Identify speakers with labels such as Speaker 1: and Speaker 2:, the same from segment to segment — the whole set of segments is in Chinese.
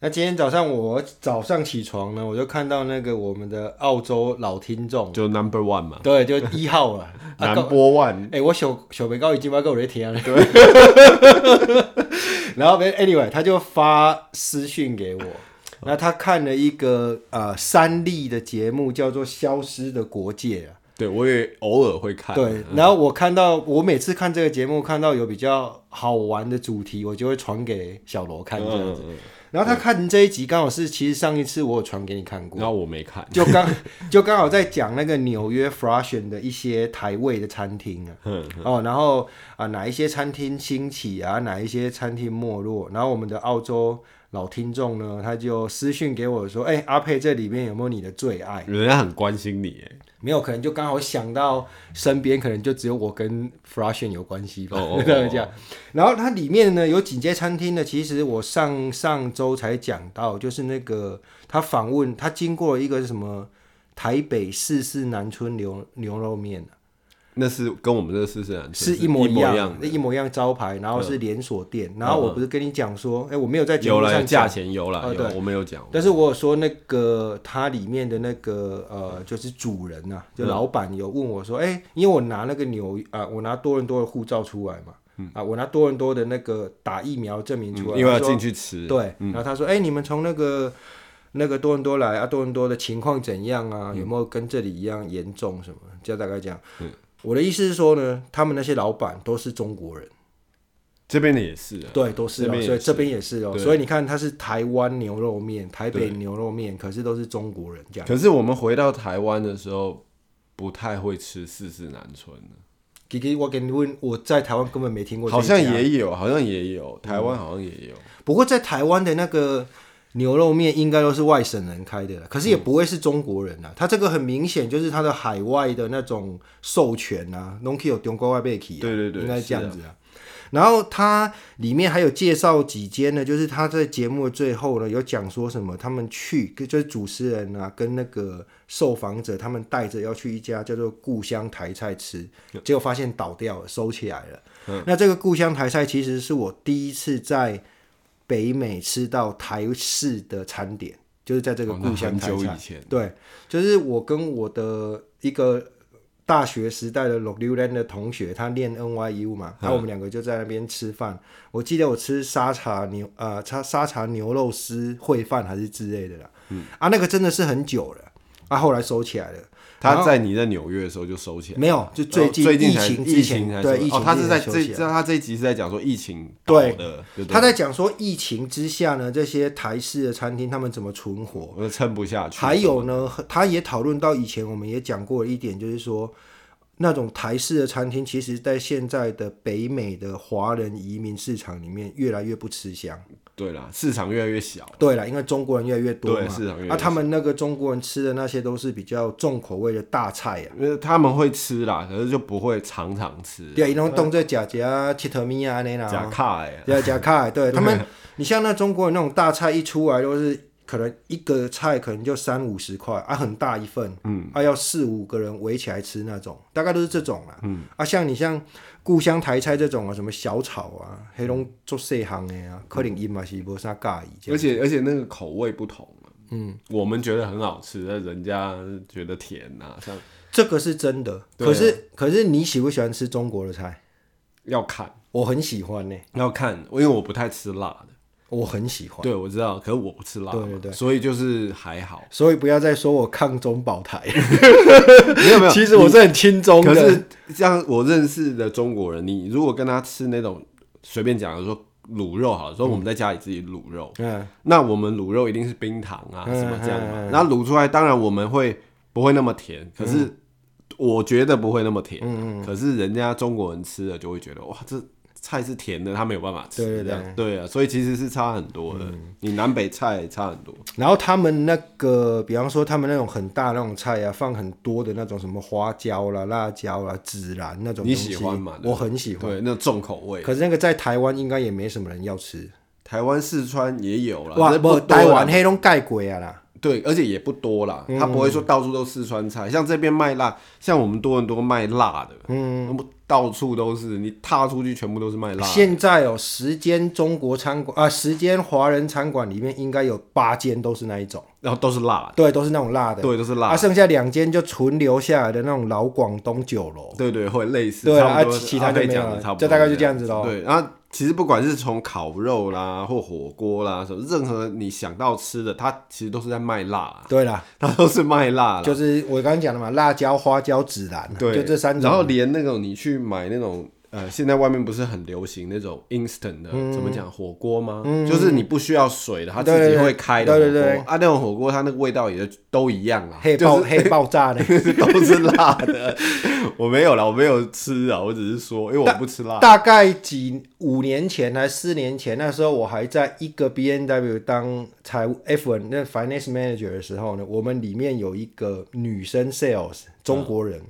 Speaker 1: 那今天早上我早上起床呢，我就看到那个我们的澳洲老听众，
Speaker 2: 就 number one 嘛，
Speaker 1: 对，就一号了。啊
Speaker 2: 南
Speaker 1: 够
Speaker 2: 波万，
Speaker 1: 哎、我小小白高已经把够我在听了。对。 然后别 anyway，他就发私讯给我，那他看了一个呃三立的节目，叫做《消失的国界》啊。
Speaker 2: 对我也偶尔会看，
Speaker 1: 对，然后我看到我每次看这个节目，看到有比较好玩的主题，我就会传给小罗看这样子。
Speaker 2: 嗯嗯
Speaker 1: 然后他看这一集刚好是，其实上一次我有传给你看过
Speaker 2: 然，后我没看，
Speaker 1: 就刚就刚好在讲那个纽约 Fashion 的一些台味的餐厅啊，
Speaker 2: 嗯
Speaker 1: 哦，然后啊哪一些餐厅兴起啊，哪一些餐厅没落，然后我们的澳洲老听众呢，他就私讯给我说，哎、阿佩这里面有没有你的最爱？
Speaker 2: 人家很关心你，哎
Speaker 1: 没有，可能就刚好想到身边可能就只有我跟 Fashion 有关系吧
Speaker 2: 哦哦哦，
Speaker 1: 这样讲。 然后它里面呢有几间餐厅呢，其实我上上周才讲到，就是那个他访问他经过了一个什么台北四四南村牛牛肉面，啊
Speaker 2: 那是跟我们这个四四男
Speaker 1: 是
Speaker 2: 一
Speaker 1: 一模
Speaker 2: 一
Speaker 1: 样，
Speaker 2: 样
Speaker 1: 那
Speaker 2: 的，嗯
Speaker 1: 一模一样招牌，然后是连锁店。然后我不是跟你讲说，哎、我没有在节
Speaker 2: 有
Speaker 1: 目
Speaker 2: 了
Speaker 1: 上
Speaker 2: 价
Speaker 1: 讲。
Speaker 2: 钱有了，
Speaker 1: 哦
Speaker 2: 有我没有讲，
Speaker 1: 但是我有说那个它里面的那个呃，就是主人呐、
Speaker 2: 嗯
Speaker 1: 就老板有问我说，哎、因为我拿那个纽啊、我拿多伦多的护照出来嘛，啊，我拿多伦多的那个打疫苗证明
Speaker 2: 嗯
Speaker 1: 出来，
Speaker 2: 因为
Speaker 1: 他
Speaker 2: 要嗯
Speaker 1: 啊说
Speaker 2: 进去吃，
Speaker 1: 对，然后他说，哎、你们从那个那个多伦多来啊，多伦多的情况怎样啊？
Speaker 2: 嗯
Speaker 1: 有没有跟这里一样严重什么？就大概这样。我的意思是说呢，他们那些老板都是中国人。
Speaker 2: 这边的也是啊，
Speaker 1: 对，都是
Speaker 2: 这
Speaker 1: 哦，
Speaker 2: 边也
Speaker 1: 所以
Speaker 2: 是
Speaker 1: 这边也是哦。
Speaker 2: 对
Speaker 1: 所以你看，它是台湾牛肉面、台北
Speaker 2: 对
Speaker 1: 牛肉面，可是都是中国人这样。
Speaker 2: 可是我们回到台湾的时候，不太会吃四四南村的，
Speaker 1: 吉吉，我给你问，我在台湾根本没听过这嗯
Speaker 2: 好
Speaker 1: 一家，
Speaker 2: 像也有，好像也有，台湾好像也有，
Speaker 1: 不过在台湾的那个牛肉面应该都是外省人开的了，可是也不会是中国人啊。它这个很明显就是它的海外的那种授权啊 n o k i 有中国外被起、啊，
Speaker 2: 对对对
Speaker 1: 应该这样子啊。然后它里面还有介绍几间呢，就是他在节目的最后呢有讲说什么，他们去就是主持人啊跟那个受访者他们带着要去一家叫做故乡台菜吃，结果发现倒掉了，收起来了。
Speaker 2: 嗯
Speaker 1: 那这个故乡台菜其实是我第一次在北美吃到台式的餐点，就是在这个
Speaker 2: 哦那
Speaker 1: 故乡
Speaker 2: 很
Speaker 1: 台
Speaker 2: 久
Speaker 1: 菜
Speaker 2: 以。前，
Speaker 1: 对，就是我跟我的一个大学时代的 l o c k l a n 的同学，他念 NYU 嘛，
Speaker 2: 嗯
Speaker 1: 然后我们两个就在那边吃饭。我记得我吃沙茶牛呃沙沙茶牛肉丝烩饭还是之类的啦，
Speaker 2: 嗯
Speaker 1: 啊，那个真的是很久了，啊，后来收起来了。
Speaker 2: 他在你在纽约的时候就收起来。
Speaker 1: 没有，就最近
Speaker 2: 哦最
Speaker 1: 疫
Speaker 2: 近才
Speaker 1: 情
Speaker 2: 疫
Speaker 1: 之
Speaker 2: 情才
Speaker 1: 前，对
Speaker 2: 说
Speaker 1: 疫情
Speaker 2: 哦，他
Speaker 1: 之
Speaker 2: 是
Speaker 1: 前
Speaker 2: 在
Speaker 1: 休
Speaker 2: 这
Speaker 1: 息啊
Speaker 2: 这他这一集是在讲说疫情
Speaker 1: 对
Speaker 2: 导的，对不对
Speaker 1: 他在讲说疫情之下呢，这些台式的餐厅他们怎么存活？
Speaker 2: 我就撑不下去。
Speaker 1: 还有呢，他也讨论到以前我们也讲过一点，就是说那种台式的餐厅，其实在现在的北美的华人移民市场里面越来越不吃香。
Speaker 2: 对啦，市场越来越小，
Speaker 1: 对了，因为中国人越来越多
Speaker 2: 对
Speaker 1: 嘛
Speaker 2: 市场越来，越
Speaker 1: 啊，他们那个中国人吃的那些都是比较重口味的大菜啊呀、
Speaker 2: 因为他们会吃啦，可是就不会常常吃。
Speaker 1: 对啊，一种动这假夹切特米啊那啦，
Speaker 2: 假卡哎，
Speaker 1: 对啊，加开，对他们，你像那中国人那种大菜一出来都是。可能一个菜可能就三五十块啊，很大一份，嗯，啊要四五个人围起来吃那种，大概都是这种啦，嗯，啊像你像故乡台菜这种啊，什么小炒啊，黑龙做细行的啊，可能因嘛是无啥介意这
Speaker 2: 而
Speaker 1: 样，
Speaker 2: 且而且那个口味不同嗯，我们觉得很好吃，但人家觉得甜呐、像
Speaker 1: 这个是真的。
Speaker 2: 对啊
Speaker 1: 可是可是你喜不喜欢吃中国的菜？
Speaker 2: 要看
Speaker 1: 我很喜欢呢、
Speaker 2: 要看，因为我不太吃辣的。
Speaker 1: 我很喜欢，
Speaker 2: 对，我知道，可是我不吃辣嘛，
Speaker 1: 对对对。
Speaker 2: 所以就是还好
Speaker 1: 所以不要再说我抗中保台，
Speaker 2: 没有没有，
Speaker 1: 其实我是很亲中的，
Speaker 2: 可是像我认识的中国人，你如果跟他吃那种随便讲的说卤肉好了，说我们在家里自己卤肉，
Speaker 1: 嗯，
Speaker 2: 那我们卤肉一定是冰糖啊
Speaker 1: 嗯嗯
Speaker 2: 什么这样嘛，那卤出来当然我们会不会那么甜，可是我觉得不会那么甜啊，可是人家中国人吃了就会觉得哇这。菜是甜的，他没有办法吃，
Speaker 1: 对对嗯
Speaker 2: 这样对啊，所以其实是差很多的。你南北菜差很多，
Speaker 1: 然后他们那个，比方说他们那种很大那种菜啊，放很多的那种什么花椒啦、辣椒啦、孜然那种东西，
Speaker 2: 你喜欢吗
Speaker 1: 我很喜欢。
Speaker 2: 对，那重口味。
Speaker 1: 可是那个在台湾应该也没什么人要吃，
Speaker 2: 台湾、四川也有啦，
Speaker 1: 哇，
Speaker 2: 只是
Speaker 1: 不，
Speaker 2: 多啦
Speaker 1: 台湾黑龙盖鬼啊啦，
Speaker 2: 对，而且也不多啦，他不会说到处都四川菜，像这边卖辣，像我们多伦多卖辣的，嗯，到处都是，你踏出去全部都是卖辣的。
Speaker 1: 现在哦，十间中国餐馆啊，十间华人餐馆里面应该有八间都是那一种，
Speaker 2: 然后都是辣的，
Speaker 1: 对，都是那种辣的。
Speaker 2: 对，都是辣
Speaker 1: 啊，
Speaker 2: 的，
Speaker 1: 剩下两间就存留下来的那种老广东酒楼。
Speaker 2: 对对，会类似，
Speaker 1: 对
Speaker 2: 差
Speaker 1: 啊，
Speaker 2: 不多
Speaker 1: 其其他
Speaker 2: 阿
Speaker 1: 就
Speaker 2: 贝
Speaker 1: 没有
Speaker 2: 讲的差
Speaker 1: 了，
Speaker 2: 不多，
Speaker 1: 就大概就这。样子喽。
Speaker 2: 对，然后其实不管是从烤肉啦，或火锅啦，什么任何你想到吃的，它其实都是在卖辣，
Speaker 1: 对啦，
Speaker 2: 它都是卖辣啦。
Speaker 1: 就是我刚刚讲的嘛，辣椒、花椒、孜然，
Speaker 2: 对，
Speaker 1: 就这三
Speaker 2: 然
Speaker 1: 种。
Speaker 2: 后连那种你去买那种呃，现在外面不是很流行那种 instant 的，怎么讲火锅吗？就是你不需要水的，它
Speaker 1: 嗯
Speaker 2: 自
Speaker 1: 对对
Speaker 2: 己
Speaker 1: 对
Speaker 2: 会开的火锅。
Speaker 1: 对对对
Speaker 2: 啊，那种火锅它那个味道也就都一样 啦，
Speaker 1: 黑
Speaker 2: 就
Speaker 1: 爆
Speaker 2: 是
Speaker 1: 黑爆炸 呢？
Speaker 2: 都是辣的。 我没有啦，我没有吃啊，我只是说，因为我不吃辣。
Speaker 1: 大概几五年前还是四年前，那时候我还在一个 B N W 当财务 F N 那 finance manager 的时候呢，我们里面有一个女生 sales 中国人，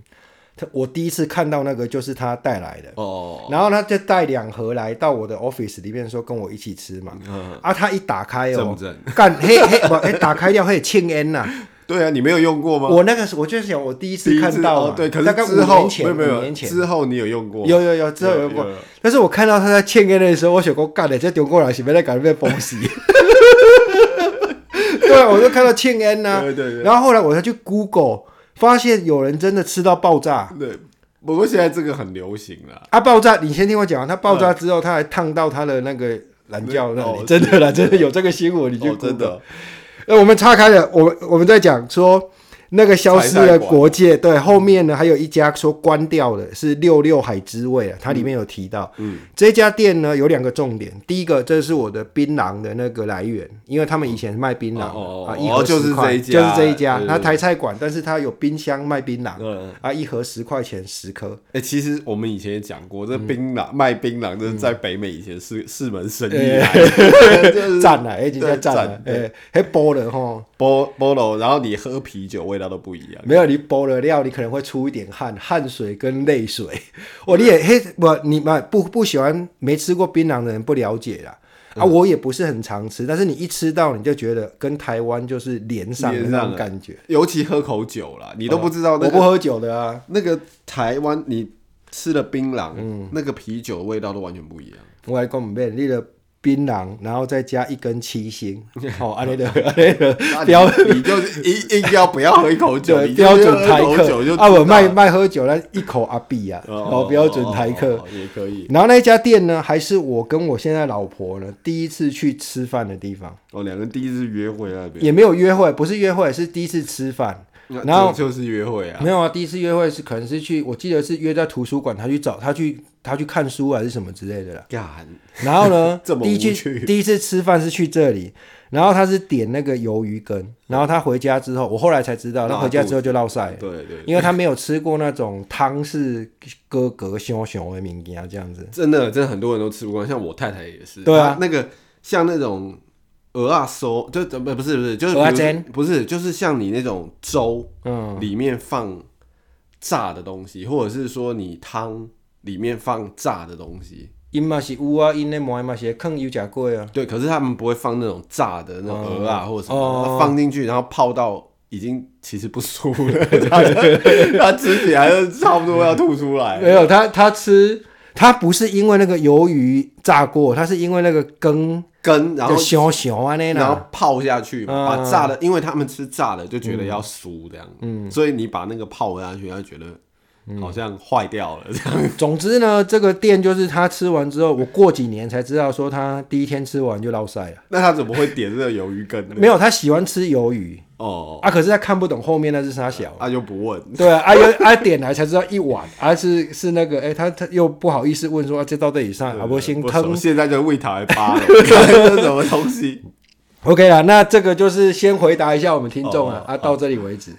Speaker 1: 她我第一次看到那个就是她带来的。
Speaker 2: 哦，
Speaker 1: 然后她就带两盒来到我的 office 里面说跟我一起吃嘛，
Speaker 2: 嗯
Speaker 1: 啊，她一打开
Speaker 2: 正
Speaker 1: 哦
Speaker 2: 不，正？
Speaker 1: 干嘿嘿，不嘿打开掉嘿庆恩 呐，
Speaker 2: 对啊，你没有用过吗？
Speaker 1: 我那个时候我就是想我第一次看到
Speaker 2: 第一
Speaker 1: 嘛
Speaker 2: 次哦，对，可
Speaker 1: 大概
Speaker 2: 是
Speaker 1: 五
Speaker 2: 之后
Speaker 1: 年前
Speaker 2: 没有没
Speaker 1: 五
Speaker 2: 有，
Speaker 1: 年前
Speaker 2: 之后你有用过？
Speaker 1: 有有有，之后有过。但是我看到他在欠烟的时候，我想过干的，这中国人是不是在搞被崩死？ 对，我就看到欠烟呐。
Speaker 2: 对对对
Speaker 1: 然后后来我才去 Google，发现有人真的吃到爆炸
Speaker 2: 对，不过现在这个很流行啦。
Speaker 1: 啊！爆炸，你先听我讲啊，他爆炸之后，他还烫到他的那个蓝教那里，
Speaker 2: 哎哦
Speaker 1: 真的啦，真的有这个新闻，你去
Speaker 2: 哦，
Speaker 1: Google
Speaker 2: 真。的，
Speaker 1: 呃，我们岔开了，我们我们在讲说那个消失的国界，对，后面呢还有一家说关掉了，是六六海之味啊，它里面有提到，嗯，这家店呢有两个重点，第一个这是我的槟榔的那个来源，因为他们以前是卖槟榔的
Speaker 2: 哦哦
Speaker 1: 啊，
Speaker 2: 哦
Speaker 1: 一盒
Speaker 2: 就是
Speaker 1: 10块
Speaker 2: 这一
Speaker 1: 就是
Speaker 2: 家
Speaker 1: 这一家，
Speaker 2: 对对
Speaker 1: 它
Speaker 2: 对
Speaker 1: 台菜馆，但是它有冰箱卖槟榔
Speaker 2: 嗯。
Speaker 1: 啊，一盒十块钱十颗，
Speaker 2: 哎、其实我们以前也讲过，这
Speaker 1: 嗯
Speaker 2: 槟榔、卖槟榔，这在北美以前是是门生意
Speaker 1: 哎
Speaker 2: 来 的，就是
Speaker 1: 赞了，已经在
Speaker 2: 对
Speaker 1: 赞了
Speaker 2: 赞，
Speaker 1: 哎，还剥了吼，
Speaker 2: 菠菠萝，然后你喝啤酒，味道都不一样。
Speaker 1: 没有你包了料，你可能会出一点汗，汗水跟泪水。我你也嘿，我你嘛不不喜欢没吃过槟榔的人不了解啦。
Speaker 2: 嗯
Speaker 1: 啊，我也不是很常吃，但是你一吃到你就觉得跟台湾就是连上的
Speaker 2: 连
Speaker 1: 那
Speaker 2: 上
Speaker 1: 种
Speaker 2: 了
Speaker 1: 感觉。哦
Speaker 2: 尤其喝口酒啦，你都不知道
Speaker 1: 嗯我
Speaker 2: 那个、
Speaker 1: 不喝酒的啊，
Speaker 2: 那个台湾，你吃了槟榔，
Speaker 1: 嗯
Speaker 2: 那个啤酒的味道都完全不一样。
Speaker 1: 我来讲唔变，你的槟榔，然后再加一根七 星，好、哦，安尼的安尼的
Speaker 2: 那你
Speaker 1: 标
Speaker 2: 你就是硬硬要不要喝一口酒，
Speaker 1: 对
Speaker 2: 你
Speaker 1: 标准台
Speaker 2: 喝口酒就
Speaker 1: 客啊，我
Speaker 2: 卖
Speaker 1: 卖卖喝酒那一口阿碧啊，哦，标准台客。
Speaker 2: 哦也可以。
Speaker 1: 然后那一家店呢，还是我跟我现在老婆呢第一次去吃饭的地方，
Speaker 2: 哦，两个人第一次约会那边，
Speaker 1: 也没有约会，不是约会，是第一次吃饭。
Speaker 2: 那
Speaker 1: 然后
Speaker 2: 这就是约会啊。
Speaker 1: 没有啊，第一次约会是可能是去，我记得是约在图书馆，他去找他去他去看书还是什么之类的啦。
Speaker 2: 干，，
Speaker 1: 然后呢
Speaker 2: 这么
Speaker 1: 第一
Speaker 2: 无
Speaker 1: 去
Speaker 2: 趣
Speaker 1: 第一次吃饭是去这里，然后他是点那个鱿鱼羹，然后他回家之后，我后来才知道，他
Speaker 2: 拉
Speaker 1: 回家
Speaker 2: 肚
Speaker 1: 之后就落晒了，
Speaker 2: 对对，
Speaker 1: 因为他没有吃过那种汤是哥哥熊熊的名啊这样 子。
Speaker 2: 真的，真的很多人都吃不惯，像我太太也是。
Speaker 1: 对啊
Speaker 2: 她那个像那种鹅啊粥，就不不是不是，就是
Speaker 1: 蚵仔
Speaker 2: 比如
Speaker 1: 煎
Speaker 2: 不是，就是像你那种粥，嗯，里面放炸的东西，或者是说你汤里面放炸的东西，
Speaker 1: 因嘛是有啊，因那毛嘛是坑有假贵啊。
Speaker 2: 对。可是他们不会放那种炸的那种鹅啊或者什么
Speaker 1: 哦
Speaker 2: 的，它放进去然后泡到。已经其实不舒服了， 他吃起来就差不多要吐出来
Speaker 1: 没有，他他吃，他不是因为那个鱿鱼炸过，他是因为那个羹
Speaker 2: 根，然后
Speaker 1: 就熊熊啊那
Speaker 2: 然后
Speaker 1: 啦。
Speaker 2: 泡下去，
Speaker 1: 嗯
Speaker 2: 把炸的，因为他们吃炸的就觉得要酥这样，
Speaker 1: 嗯
Speaker 2: 所以你把那个泡下去，他就觉得好像坏掉了这样。
Speaker 1: 总之呢，这个店就是他吃完之后，我过几年才知道说他第一天吃完就落晒了。
Speaker 2: 那他怎么会点这个鱿鱼羹呢？
Speaker 1: 没有，他喜欢吃鱿鱼
Speaker 2: 哦，
Speaker 1: 啊，可是他看不懂后面那是啥小。
Speaker 2: 他就不问，
Speaker 1: 对啊，啊有啊点来才知道一碗，啊是是那个，哎、他他又不好意思问说啊这到底上 啊不先
Speaker 2: 不
Speaker 1: 汤
Speaker 2: 熟现在就胃台八 了，这是什么东西？
Speaker 1: OK 啦，那这个就是先回答一下我们听众啊
Speaker 2: 哦，哦
Speaker 1: 啊，到这里为止。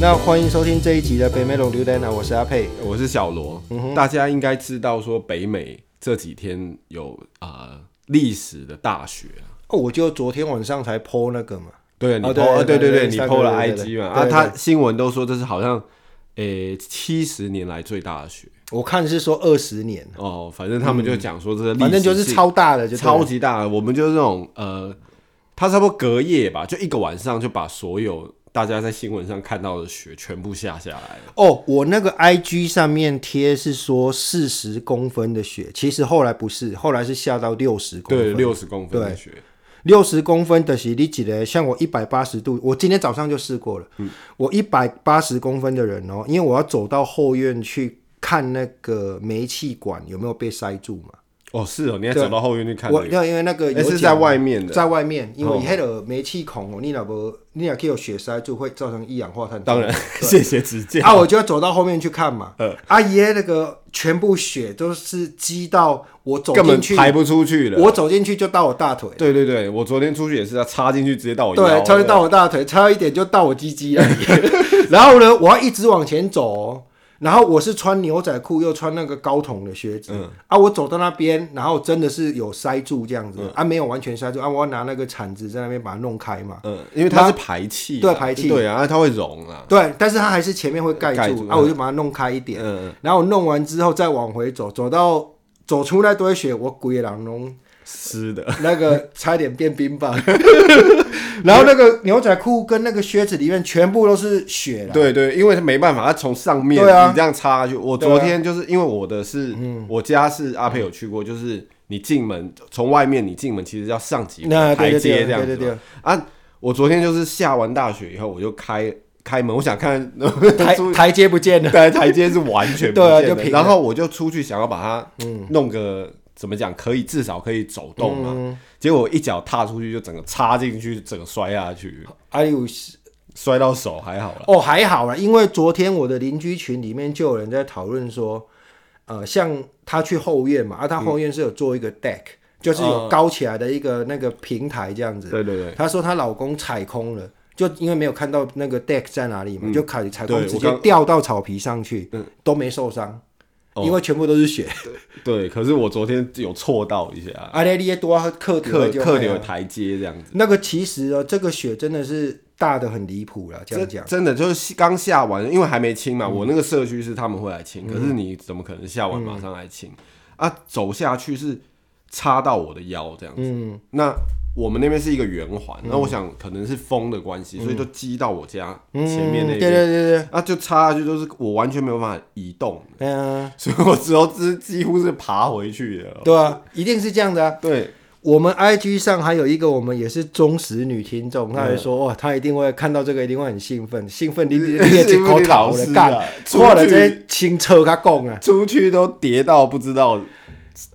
Speaker 1: 那欢迎收听这一集的北美龙榴莲啊，我是阿佩。
Speaker 2: 我是小罗，
Speaker 1: 嗯
Speaker 2: 大家应该知道说北美这几天有啊历史的大雪啊。
Speaker 1: 哦，我就昨天晚上才 PO 那个嘛，
Speaker 2: 对，你
Speaker 1: 哦
Speaker 2: PO，
Speaker 1: 对
Speaker 2: 呃对
Speaker 1: 对对
Speaker 2: 对，你
Speaker 1: 上
Speaker 2: PO
Speaker 1: 个
Speaker 2: 了
Speaker 1: 月对对
Speaker 2: IG 嘛？
Speaker 1: 对
Speaker 2: 啊，
Speaker 1: 对
Speaker 2: 他新闻都说这是好像，诶，七十年来最大的雪，
Speaker 1: 我看是说二十年，
Speaker 2: 哦，反正他们就讲说这个历史性，
Speaker 1: 嗯反正就是超大的就对了，
Speaker 2: 超级大的，我们就是那种呃，他差不多隔夜吧，就一个晚上就把所有大家在新闻上看到的雪全部下下来了。
Speaker 1: 哦，我那个 I G 上面贴是说四十公分的雪，其实后来不是，后来是下到六十公
Speaker 2: 对，
Speaker 1: 分。
Speaker 2: 六十公分的
Speaker 1: 对
Speaker 2: 雪，
Speaker 1: 六十公分的是你几个像我一百八十度，我今天早上就试过了。
Speaker 2: 嗯
Speaker 1: 我一百八十公分的人哦，因为我要走到后院去看那个煤气管有没有被塞住嘛。
Speaker 2: 哦，是哦，你还走到后院去看、那
Speaker 1: 我
Speaker 2: 个，
Speaker 1: 要因为那个有
Speaker 2: 哎是
Speaker 1: 讲
Speaker 2: 在外面的，
Speaker 1: 在外面，因为你那个煤气孔哦，你若无你若去有雪塞住，会造成一氧化碳中毒。
Speaker 2: 当然，谢谢指 教。
Speaker 1: 啊，我就要走到后面去看嘛。
Speaker 2: 嗯
Speaker 1: 阿姨那个全部血都是积到我走
Speaker 2: 根本
Speaker 1: 进去，
Speaker 2: 排不出去了。
Speaker 1: 我走进去就到我大腿，
Speaker 2: 对对对，我昨天出去也是，他插进去直接到我腰
Speaker 1: 对，
Speaker 2: 了，
Speaker 1: 超就到我大腿，差一点就到我鸡鸡而已。 然后呢，我要一直往前走哦、然后我是穿牛仔裤，又穿那个高筒的靴子、
Speaker 2: 嗯
Speaker 1: 啊，我走到那边，然后真的是有塞住这样子、
Speaker 2: 嗯
Speaker 1: 啊，没有完全塞住啊，我要拿那个铲子在那边把它弄开嘛。
Speaker 2: 嗯，因为它是排气啊，
Speaker 1: 对排气
Speaker 2: 对啊，它会溶啊，
Speaker 1: 对，但是它还是前面会盖
Speaker 2: 盖
Speaker 1: 住
Speaker 2: 住
Speaker 1: 啊，我就把它弄开一点。
Speaker 2: 嗯，
Speaker 1: 然后我弄完之后再往回走，走到走出那堆雪，我鬼狼龙
Speaker 2: 湿的，
Speaker 1: 那个差点变冰 棒，然后那个牛仔裤跟那个靴子里面全部都是雪了。
Speaker 2: 对对，因为它没办法，它从上面
Speaker 1: 对啊嗯
Speaker 2: 你这样插下去。我
Speaker 1: 对
Speaker 2: 昨天就是因为我的是，我家是阿佩有去过，就是你进门从外面你进门其实要上几
Speaker 1: 那
Speaker 2: 个
Speaker 1: 啊对
Speaker 2: 台
Speaker 1: 对
Speaker 2: 阶
Speaker 1: 对
Speaker 2: 这样
Speaker 1: 对
Speaker 2: 子
Speaker 1: 对
Speaker 2: 嘛
Speaker 1: 对，
Speaker 2: 啊。我昨天就是下完大雪以后，我就开开门，我想 看
Speaker 1: 台
Speaker 2: 出
Speaker 1: 台阶不见了，
Speaker 2: 对，台阶是完全不
Speaker 1: 对啊
Speaker 2: 见
Speaker 1: 就
Speaker 2: 的。
Speaker 1: 平
Speaker 2: 然
Speaker 1: 了嗯
Speaker 2: 后我就出去想要把它弄个怎么讲，可以至少可以走动
Speaker 1: 嗯
Speaker 2: 嘛。结果我一脚踏出去就整个插进去，整个摔下去，
Speaker 1: 哎呦
Speaker 2: 摔到手还好啦。
Speaker 1: 哦还好啦，因为昨天我的邻居群里面就有人在讨论说，呃，像他去后院嘛，啊，
Speaker 2: 嗯
Speaker 1: 他后院是有做一个 deck，、就是
Speaker 2: 哦
Speaker 1: 有高起来的一个那个平台这样子。
Speaker 2: 对对对。
Speaker 1: 她说她老公踩空了，就因为没有看到那个 deck 在哪里嘛，就踩踩空
Speaker 2: 嗯对
Speaker 1: 直
Speaker 2: 我
Speaker 1: 接
Speaker 2: 刚嗯
Speaker 1: 掉到草皮上去，都没受伤，
Speaker 2: 哦
Speaker 1: 因为全部都是 血。啊
Speaker 2: 对，可是我昨天有错到一下，
Speaker 1: 阿列利耶多克
Speaker 2: 客
Speaker 1: 克
Speaker 2: 客流台阶这样子。
Speaker 1: 那个其实哦，这个血真的是大的很离谱
Speaker 2: 嗯
Speaker 1: 了，这样讲。嗯
Speaker 2: 真的就是刚下完，因为还没清嘛。我那个社区是他们会来清，可是你怎么可能下完
Speaker 1: 嗯
Speaker 2: 马上来清、啊？走下去是插到我的腰这样子。
Speaker 1: 嗯
Speaker 2: 那我们那边是一个圆环，那我想可能是风的关系，所以就击到我家前面那
Speaker 1: 嗯对对
Speaker 2: 边。
Speaker 1: 对对，
Speaker 2: 啊，就插下去，就是我完全没有办法移动，
Speaker 1: 嗯、
Speaker 2: 所以我只有只几乎是爬回去的。
Speaker 1: 对啊，一定是这样的啊。
Speaker 2: 对，
Speaker 1: 我们 IG 上还有一个我们也是忠实女听
Speaker 2: 嗯
Speaker 1: 众，她还说哇，她一定会看到这个，一定会很兴奋，兴奋你你你这口头
Speaker 2: 兴奋你老师
Speaker 1: 了
Speaker 2: 啊
Speaker 1: 干，
Speaker 2: 出去
Speaker 1: 错了这清车他讲啊。
Speaker 2: 出去都跌到不知道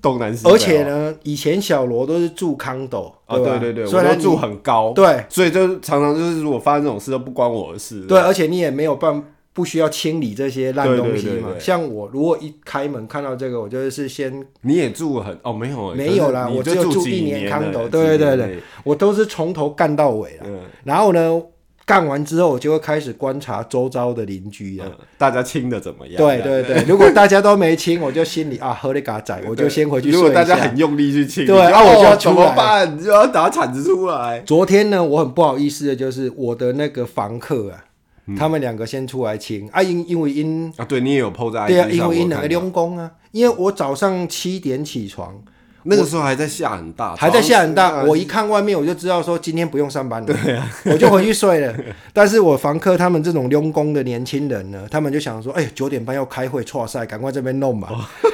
Speaker 2: 东南西北。哦
Speaker 1: 而且呢，以前小罗都是住康斗，
Speaker 2: 啊，
Speaker 1: 吧
Speaker 2: 对对对，
Speaker 1: 所
Speaker 2: 我
Speaker 1: 以呢
Speaker 2: 都住很高
Speaker 1: 你，对
Speaker 2: 所以就常常就是如果发生这种事都不关我的事。
Speaker 1: 对，而且你也没有办不需要清理这些烂
Speaker 2: 对对
Speaker 1: 东西
Speaker 2: 对
Speaker 1: 嘛
Speaker 2: 对。
Speaker 1: 像我如果一开门看到这个，我就是先
Speaker 2: 你也住很哦，没有欸
Speaker 1: 没有啦
Speaker 2: 可是你
Speaker 1: 我
Speaker 2: 就
Speaker 1: 只有
Speaker 2: 住
Speaker 1: 住
Speaker 2: 几
Speaker 1: 一年
Speaker 2: 年
Speaker 1: 康
Speaker 2: 了
Speaker 1: 斗
Speaker 2: 几
Speaker 1: 对对
Speaker 2: 年
Speaker 1: 对
Speaker 2: 了
Speaker 1: 我都是从头干到尾了。
Speaker 2: 嗯
Speaker 1: 然后呢，干完之后我就会开始观察周遭的邻居啊。
Speaker 2: 嗯，大家清的怎么样？
Speaker 1: 对
Speaker 2: 这样
Speaker 1: 对 对，如果大家都没清，我就心里啊，喝了嘎仔，我就先回去
Speaker 2: 如
Speaker 1: 睡
Speaker 2: 果
Speaker 1: 一
Speaker 2: 大家
Speaker 1: 下。
Speaker 2: 很用力去清，
Speaker 1: 对
Speaker 2: 啊，
Speaker 1: 哦
Speaker 2: 我就要
Speaker 1: 出
Speaker 2: 怎
Speaker 1: 来
Speaker 2: 么办？就要拿铲子出来。
Speaker 1: 昨天呢，我很不好意思的就是我的那个房客啊，
Speaker 2: 嗯
Speaker 1: 他们两个先出来清啊，因因为因
Speaker 2: 啊，对你也有 PO 在
Speaker 1: 对啊，
Speaker 2: IG 上
Speaker 1: 因为
Speaker 2: 我
Speaker 1: 因
Speaker 2: 有
Speaker 1: 两个
Speaker 2: 看
Speaker 1: 两公啊，因为我早上七点起床，
Speaker 2: 那个时候还在下很大，
Speaker 1: 啊还在下很
Speaker 2: 早
Speaker 1: 大，
Speaker 2: 上
Speaker 1: 我一看外面我就知道说今天不用上班了，对啊，我就回去睡了。但是我房客他们这种用工的年轻人呢，他们就想说，哎、九点半要开会，错赛，赶快这边弄吧。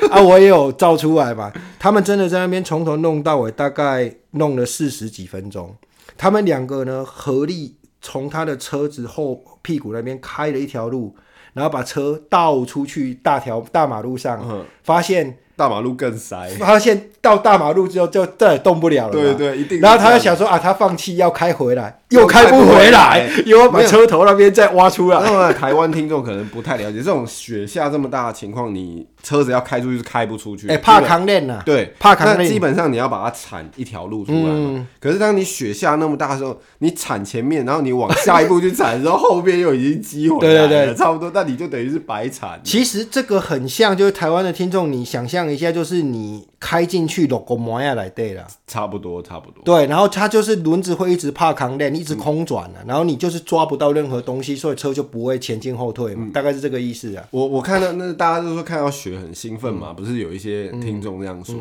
Speaker 1: 啊，我也有照出来嘛，他们真的在那边从头弄到尾，大概弄了四十几分钟。他们两个呢合力从他的车子后屁股那边开了一条路，然后把车倒出去大条大马路上，发现
Speaker 2: 大马路更塞，
Speaker 1: 发现到大马路之后就再也动不了了嘛。
Speaker 2: 对对，一定。
Speaker 1: 啊然后他又，想说啊，他放弃要开回来，又开不回来，又要把车头那边再挖出来。
Speaker 2: 哦那么台湾听众可能不太了解，这种雪下这么大的情况，你车子要开出去是开不出去，
Speaker 1: 哎，怕扛链呐，
Speaker 2: 对，
Speaker 1: 怕嗯扛
Speaker 2: 那基
Speaker 1: 链。
Speaker 2: 本上你要把它铲一条路出来嘛。可是当你雪下那么大的时候，你铲前面，然后你往下一步去铲的时候，后面又已经积回来 了，
Speaker 1: 对对对
Speaker 2: 差不多，那你就等于是白铲。
Speaker 1: 其实这个很像，就是台湾的听众，你想象一下，就是你开进去六啊个摩亚来对了，
Speaker 2: 差不多，差不多。
Speaker 1: 对，然后它就是轮子会一直怕扛链，一直空转啊，然后你就是抓不
Speaker 2: 嗯
Speaker 1: 到任何东西，所以车就不会前进后退嘛，大概是这个意思啊。
Speaker 2: 我我看到那大家都说看到雪学很兴奋
Speaker 1: 嗯
Speaker 2: 嘛，不是有一些听众这样说。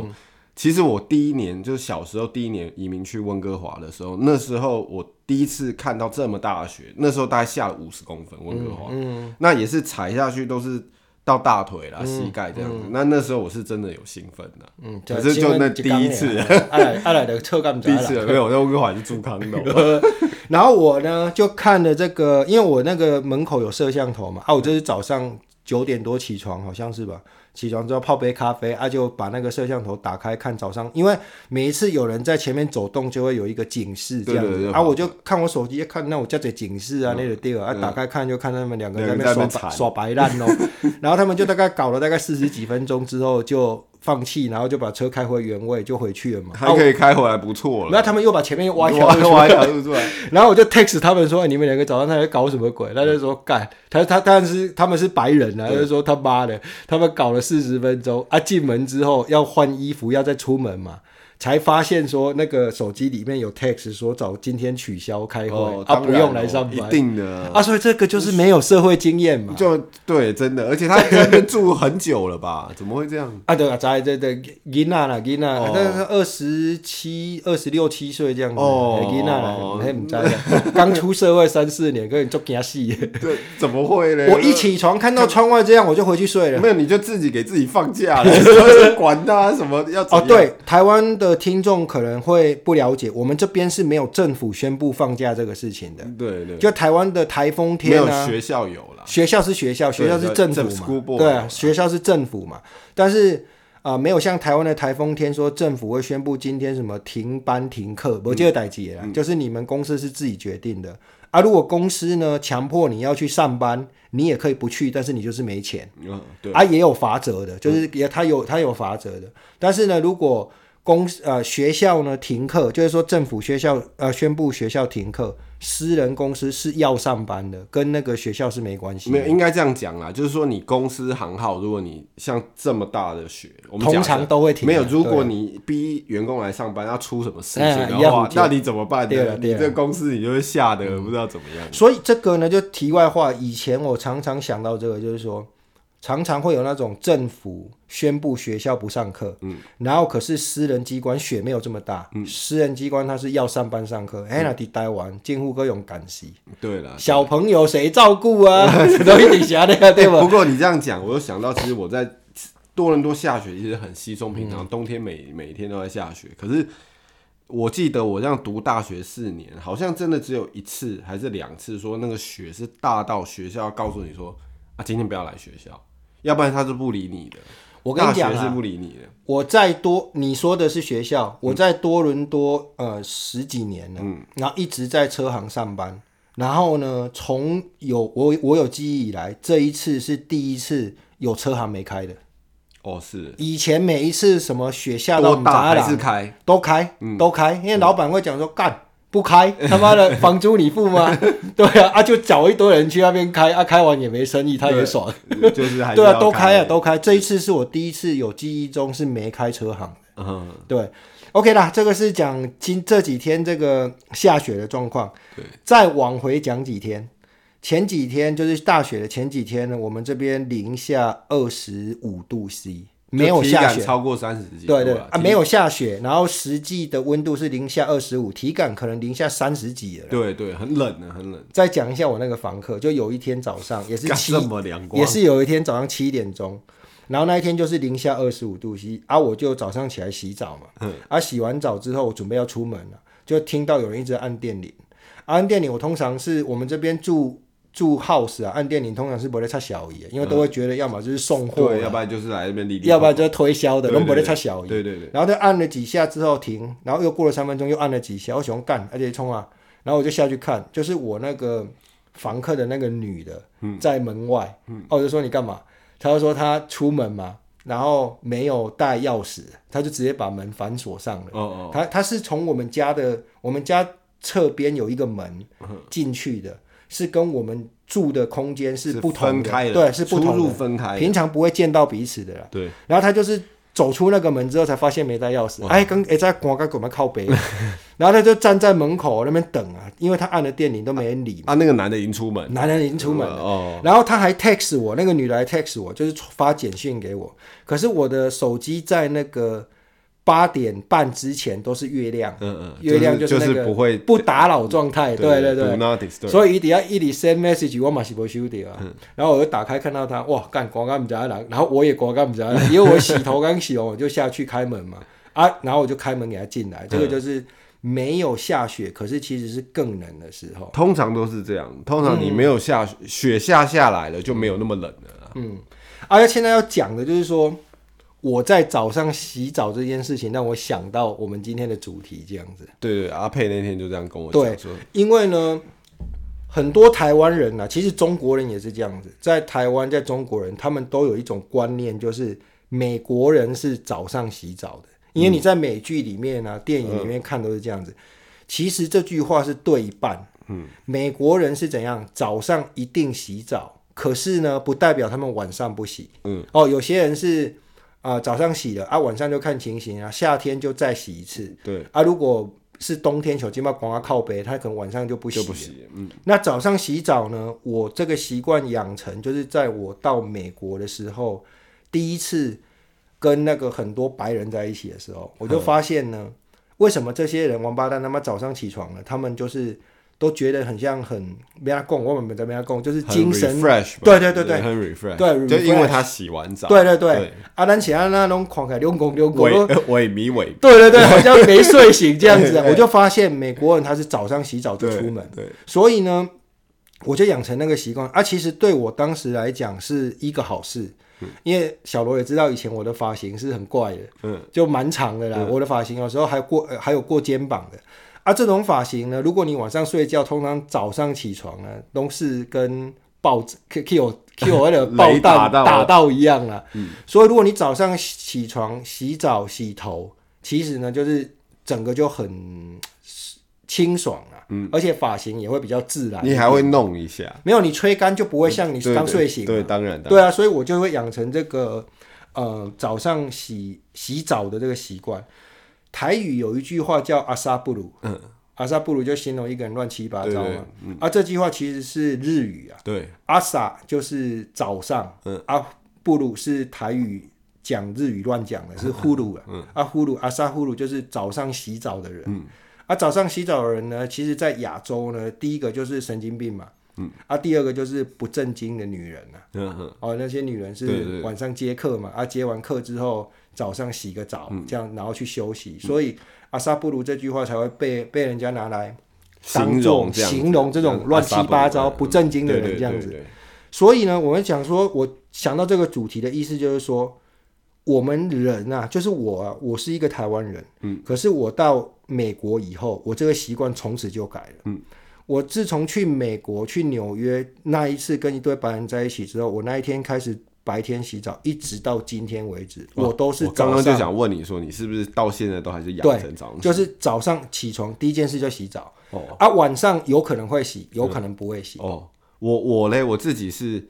Speaker 2: 其实我第一年就是小时候第一年移民去温哥华的时候，那时候我第一次看到这么大的雪，那时候大概下了五十公分，
Speaker 1: 嗯
Speaker 2: 温哥华，那也是踩下去都是到大腿啦、膝盖这样子。那那时候我是真的有兴奋的，
Speaker 1: 嗯，
Speaker 2: 可是就那第一次，
Speaker 1: 阿啊来阿来的臭干部，啊
Speaker 2: 第一次没有我在温哥华是住康农，
Speaker 1: 然后我呢就看了这个，因为我那个门口有摄像头嘛，啊，我就是早上九点多起床，好像是吧？起床之后泡杯咖啡，啊，就把那个摄像头打开看早上，因为每一次有人在前面走动，就会有一个警示这样
Speaker 2: 对对嗯
Speaker 1: 子，
Speaker 2: 对
Speaker 1: 啊，我就看我手机，看那我叫这警示啊，那个地儿啊，打开看就看他们两个人在那
Speaker 2: 两个
Speaker 1: 边
Speaker 2: 人在那边
Speaker 1: 耍
Speaker 2: 缠
Speaker 1: 耍白 烂哦，然后他们就大概搞了大概四十几分钟之后就放弃，然后就把车开回原位就回去了嘛，啊
Speaker 2: 还可以开回来，不错了。
Speaker 1: 然后他们又把前面又挖一条
Speaker 2: 挖挖一条 路出来，
Speaker 1: 然后我就 text 他们说：“哎你们两个早上他在搞什么鬼？”他就说：“
Speaker 2: 嗯
Speaker 1: 干，他他但是他们是白人啊，他就说他妈的，他们搞了四十分钟啊！进门之后要换衣服，要再出门嘛，才发现说那个手机里面有 text 说找今天取消开会、
Speaker 2: 哦，
Speaker 1: 啊，
Speaker 2: 当
Speaker 1: 不
Speaker 2: 然
Speaker 1: 用
Speaker 2: 哦
Speaker 1: 来上班
Speaker 2: 一定的。
Speaker 1: 啊，所以这个就是没有社会经验嘛。”
Speaker 2: 就对，真的，而且他在那边住很久了吧？ 怎么会这样？
Speaker 1: 啊，对啊，在对对，囡仔啦，囡仔，
Speaker 2: 哦
Speaker 1: 那是二十七、二十六七岁这样子，
Speaker 2: 哦
Speaker 1: 囡仔啦，嘿，唔知啦，刚出社会三四年，可能足惊死的。
Speaker 2: 对，怎么会呢？
Speaker 1: 我一起床看到窗外这样，我就回去睡了。
Speaker 2: 没有，你就自己给自己放假了，管他什么要怎
Speaker 1: 哦，
Speaker 2: 样，
Speaker 1: 对，台湾的听众可能会不了解，我们这边是没有政府宣布放假这个事情的。
Speaker 2: 对对，
Speaker 1: 就台湾的台风
Speaker 2: 没
Speaker 1: 天
Speaker 2: 有
Speaker 1: 啊，
Speaker 2: 学校有啦，
Speaker 1: 学校是学校，学校是
Speaker 2: 对
Speaker 1: 政府
Speaker 2: 政府
Speaker 1: 嘛
Speaker 2: school，board
Speaker 1: 对啊，学校是政府嘛。但是啊、呃没有像台湾的台风天说政府会宣布今天什么停班停
Speaker 2: 嗯
Speaker 1: 课，我这个代级啦，就是你们公司是自己决定的啊。如果公司呢强迫你要去上班，你也可以不去，但是你就是没钱。
Speaker 2: 嗯，对，嗯
Speaker 1: 啊，也有罚则的，就是也它有它有罚则的。但是呢，如果公司呃学校呢停课，就是说政府学校呃宣布学校停课，私人公司是要上班的，跟那个学校是没关系的
Speaker 2: 没。有，应该这样讲啦，就是说你公司行号，如果你像这么大的雪，我们
Speaker 1: 通
Speaker 2: 假设
Speaker 1: 常都会停啊。
Speaker 2: 没有，如果
Speaker 1: 对
Speaker 2: 你逼员工来上班，要出什么事
Speaker 1: 哎
Speaker 2: 情
Speaker 1: 一
Speaker 2: 的
Speaker 1: 样
Speaker 2: 话
Speaker 1: 不，接
Speaker 2: 那你怎么办
Speaker 1: 对
Speaker 2: 呢？
Speaker 1: 了对啊嗯
Speaker 2: 你
Speaker 1: 了
Speaker 2: 这个公司你就会吓得不知道怎么样。
Speaker 1: 所以这个呢，就题外话，以前我常常想到这个，就是说。常常会有那种政府宣布学校不上课，嗯，然后可是私人机关雪没有这么大，嗯，私人机关他是要上班上课，
Speaker 2: 嗯
Speaker 1: 哎、那得待完，近乎各用感系，
Speaker 2: 对了，
Speaker 1: 小朋友谁照顾啊？ 都一定想那个 对
Speaker 2: 欸
Speaker 1: 吧？
Speaker 2: 不过你这样讲，我又想到，其实我在多伦多下雪其实很稀松平
Speaker 1: 嗯
Speaker 2: 常，冬天每每天都在下雪。可是我记得我这样读大学四年，好像真的只有一次还是两次，说那个雪是大到学校要告诉你说啊，今天不要来学校，要不然他是不理你的。
Speaker 1: 我跟你讲
Speaker 2: 大学是
Speaker 1: 啊，
Speaker 2: 不理你的。
Speaker 1: 我在多你说的是学校，
Speaker 2: 嗯
Speaker 1: 我在多伦多呃十几年了，然后一直在车行上班。然后呢，从有我我有记忆以来，这一次是第一次有车行没开的。
Speaker 2: 哦，是
Speaker 1: 以前每一次什么雪下到
Speaker 2: 多
Speaker 1: 我们
Speaker 2: 大
Speaker 1: 家
Speaker 2: 还
Speaker 1: 了
Speaker 2: 是，开？嗯
Speaker 1: 都开，都开，因为老板会讲说干。不 开，他妈的房租你付吗？ 对啊，啊就找一堆人去那边开，啊开完也没生意，他也
Speaker 2: 对
Speaker 1: 爽。
Speaker 2: 就是还是
Speaker 1: 对
Speaker 2: 要
Speaker 1: 啊，都开啊，
Speaker 2: 的。
Speaker 1: 都开。这一次是我第一次有记忆中是没开车行。
Speaker 2: 嗯，
Speaker 1: 对，OK 啦，这个是讲今这几天这个下雪的状况。
Speaker 2: 对，
Speaker 1: 再往回讲几天，前几天就是大雪的前几天呢，我们这边零下二十五度 C，没有
Speaker 2: 就体
Speaker 1: 下
Speaker 2: 感
Speaker 1: 雪。
Speaker 2: 超过三十几度
Speaker 1: 对对
Speaker 2: 了
Speaker 1: 啊，没有下雪，然后实际的温度是零下二十五，体感可能零下三十几了。
Speaker 2: 对对，很冷的，很冷，
Speaker 1: 再讲一下我那个房客，就有一天早上也是
Speaker 2: 干
Speaker 1: 七
Speaker 2: 这么凉光
Speaker 1: 也是有一天早上七点钟，然后那一天就是零下二十五度 C 啊，我就早上起来洗澡嘛，
Speaker 2: 嗯
Speaker 1: 啊，洗完澡之后我准备要出门了，就听到有人一直按电铃，啊按电铃我通常是我们这边住住 house 啊，按电铃通常是不会插小姨的，因为都会觉得要么就是送货
Speaker 2: 对，要
Speaker 1: 啦，
Speaker 2: 不然就是来这边理理，
Speaker 1: 要不然就是推销的，
Speaker 2: 对对
Speaker 1: 都不会插小姨。
Speaker 2: 对对对，
Speaker 1: 然后就按了几下之后停，然后又过了三分钟又按了几下，我喜欢干，而且冲啊，然后我就下去看，就是我那个房客的那个女的
Speaker 2: 嗯
Speaker 1: 在门外，哦，我就说你干嘛？她就说她出门嘛，然后没有带钥匙，她就直接把门反锁上了。
Speaker 2: 哦哦，
Speaker 1: 她她是从我们家的我们家侧边有一个门
Speaker 2: 嗯
Speaker 1: 进去的，是跟我们住的空间是不同
Speaker 2: 分
Speaker 1: 的，
Speaker 2: 开的，
Speaker 1: 对，是不
Speaker 2: 出
Speaker 1: 同
Speaker 2: 入
Speaker 1: 的，
Speaker 2: 分开的，
Speaker 1: 平常不会见到彼此的啦。
Speaker 2: 对，
Speaker 1: 然后他就是走出那个门之后才发现没带钥匙，哎，跟哎在光刚滚嘛靠北， 然后他就站在门口那边等啊，因为他按了电铃都没人理嘛，
Speaker 2: 啊，那个男的已经出门，
Speaker 1: 男人已经出门了。
Speaker 2: 哦，
Speaker 1: 然后他还 text 我，那个女的还 text 我，就是发简讯给我。可是我的手机在那个八点半之前都是月亮，
Speaker 2: 嗯嗯，
Speaker 1: 月亮
Speaker 2: 就是
Speaker 1: 那个
Speaker 2: 不会，
Speaker 1: 不打扰状态，对对
Speaker 2: ，do
Speaker 1: 对。
Speaker 2: not disturb，
Speaker 1: 所以一定要一直 send message，我嘛是不收到啊。然后我就打开看到他，哇，干广告不知道人，然后我也广告不知道人，因为我洗头刚洗完，我就下去开门嘛，啊，然后我就开门给他进来。这个就是没有下雪，可是其实是更冷的时候。
Speaker 2: 通常都是这样，通常你没有下雪，雪下下来了就没有那么冷了
Speaker 1: 嗯
Speaker 2: 啦。
Speaker 1: 而啊且现在要讲的就是说，我在早上洗澡这件事情，让我想到我们今天的主题这样子。
Speaker 2: 对对，阿佩那天就这样跟我讲
Speaker 1: 对
Speaker 2: 说，
Speaker 1: 因为呢，很多台湾人呐、啊，其实中国人也是这样子，在台湾，在中国人，他们都有一种观念，就是美国人是早上洗澡的，因
Speaker 2: 嗯
Speaker 1: 为你在美剧里面啊、电影里面看都是这样子。其实这句话是对一半，嗯，美国人是怎样，早上一定洗澡，可是呢，不代表他们晚上不洗，嗯，哦，有些人是。啊、早上洗了啊，晚上就看情形啊，夏天就再洗一次，
Speaker 2: 对，
Speaker 1: 啊，如果是冬天球，金毛光啊靠北，他可能晚上就不洗
Speaker 2: 就
Speaker 1: 了。
Speaker 2: 不洗，嗯，
Speaker 1: 那早上洗澡呢？我这个习惯养成，就是在我到美国的时候，第一次跟那个很多白人在一起的时候，我就发现呢，为什么这些人王八蛋他妈早上起床了，他们就是都觉得很像很没他供，我们在没他供，就是
Speaker 2: 很
Speaker 1: 精神
Speaker 2: refresh，吧
Speaker 1: 对对对对
Speaker 2: 很 refresh，
Speaker 1: 对
Speaker 2: 就因为
Speaker 1: refresh
Speaker 2: 他洗完澡，
Speaker 1: 对对对，啊，咱起来那种狂开溜拱溜拱，
Speaker 2: 萎 萎靡萎，
Speaker 1: 对对对，好像没睡醒这样子 啊，我就发现美国人他是早上洗澡就出门，
Speaker 2: 对，
Speaker 1: 所以呢，我就养成那个习惯啊。其实对我当时来讲是一个好事，因为小罗也知道以前我的发型是很怪的，
Speaker 2: 嗯，
Speaker 1: 就蛮长的啦。我的发型有时候还过、呃还有过肩膀的啊。这种发型呢，如果你晚上睡觉，通常早上起床呢，都是跟爆 Q Q 那个爆
Speaker 2: 雷
Speaker 1: 弹
Speaker 2: 打到嗯
Speaker 1: 打到一样啦。所以如果你早上起床洗澡洗头，其实呢就是整个就很清爽啊，而且发型也会比较自然。
Speaker 2: 嗯你还会弄一下，
Speaker 1: 没有你吹干就不会像你
Speaker 2: 对
Speaker 1: 刚
Speaker 2: 对
Speaker 1: 睡醒嘛
Speaker 2: 对，当然的，
Speaker 1: 对啊，所以我就会养成这个呃早上洗洗澡的这个习惯。台语有一句话叫阿萨布鲁，嗯，阿萨布鲁就形容一个人乱七八糟嘛。
Speaker 2: 对对
Speaker 1: 啊，这句话其实是日语啊，
Speaker 2: 对，
Speaker 1: 阿萨就是早上，嗯，阿布鲁是台语讲日语乱讲的，是呼噜啊，嗯，阿呼噜阿萨呼噜就是早上洗澡的人，嗯，啊早上洗澡的人呢，其实在亚洲呢，第一个就是神经病嘛，嗯，啊第二个就是不正经的女人啊。
Speaker 2: 嗯哼，
Speaker 1: 哦，那些女人
Speaker 2: 对对
Speaker 1: 是晚上接客嘛，啊，接完客之后早上洗个澡，
Speaker 2: 嗯
Speaker 1: 这样然后去休息，所以阿萨布鲁这句话才会被被人家拿来当
Speaker 2: 形
Speaker 1: 做
Speaker 2: 容这样子，
Speaker 1: 形容这种乱七八糟、
Speaker 2: 嗯
Speaker 1: 不正经的
Speaker 2: 对
Speaker 1: 人
Speaker 2: 对
Speaker 1: 这样
Speaker 2: 对
Speaker 1: 子。
Speaker 2: 对
Speaker 1: 所以呢，我们讲说，我想到这个主题的意思就是说，我们人啊，就是我啊，我是一个台湾人，嗯，可是我到美国以后，我这个习惯从此就改了，嗯，我自从去美国去纽约那一次跟一堆白人在一起之后，我那一天开始白天洗澡，一直到今天为止，我都是
Speaker 2: 我刚
Speaker 1: 早
Speaker 2: 刚就
Speaker 1: 上，
Speaker 2: 想问你说，你是不是到现在都还是
Speaker 1: 对
Speaker 2: 养成早上？
Speaker 1: 就是早上起床第一件事就洗澡，
Speaker 2: 哦嗯
Speaker 1: 啊，晚上有可能会洗，有可能不会洗，
Speaker 2: 哦，我我嘞，我自己是，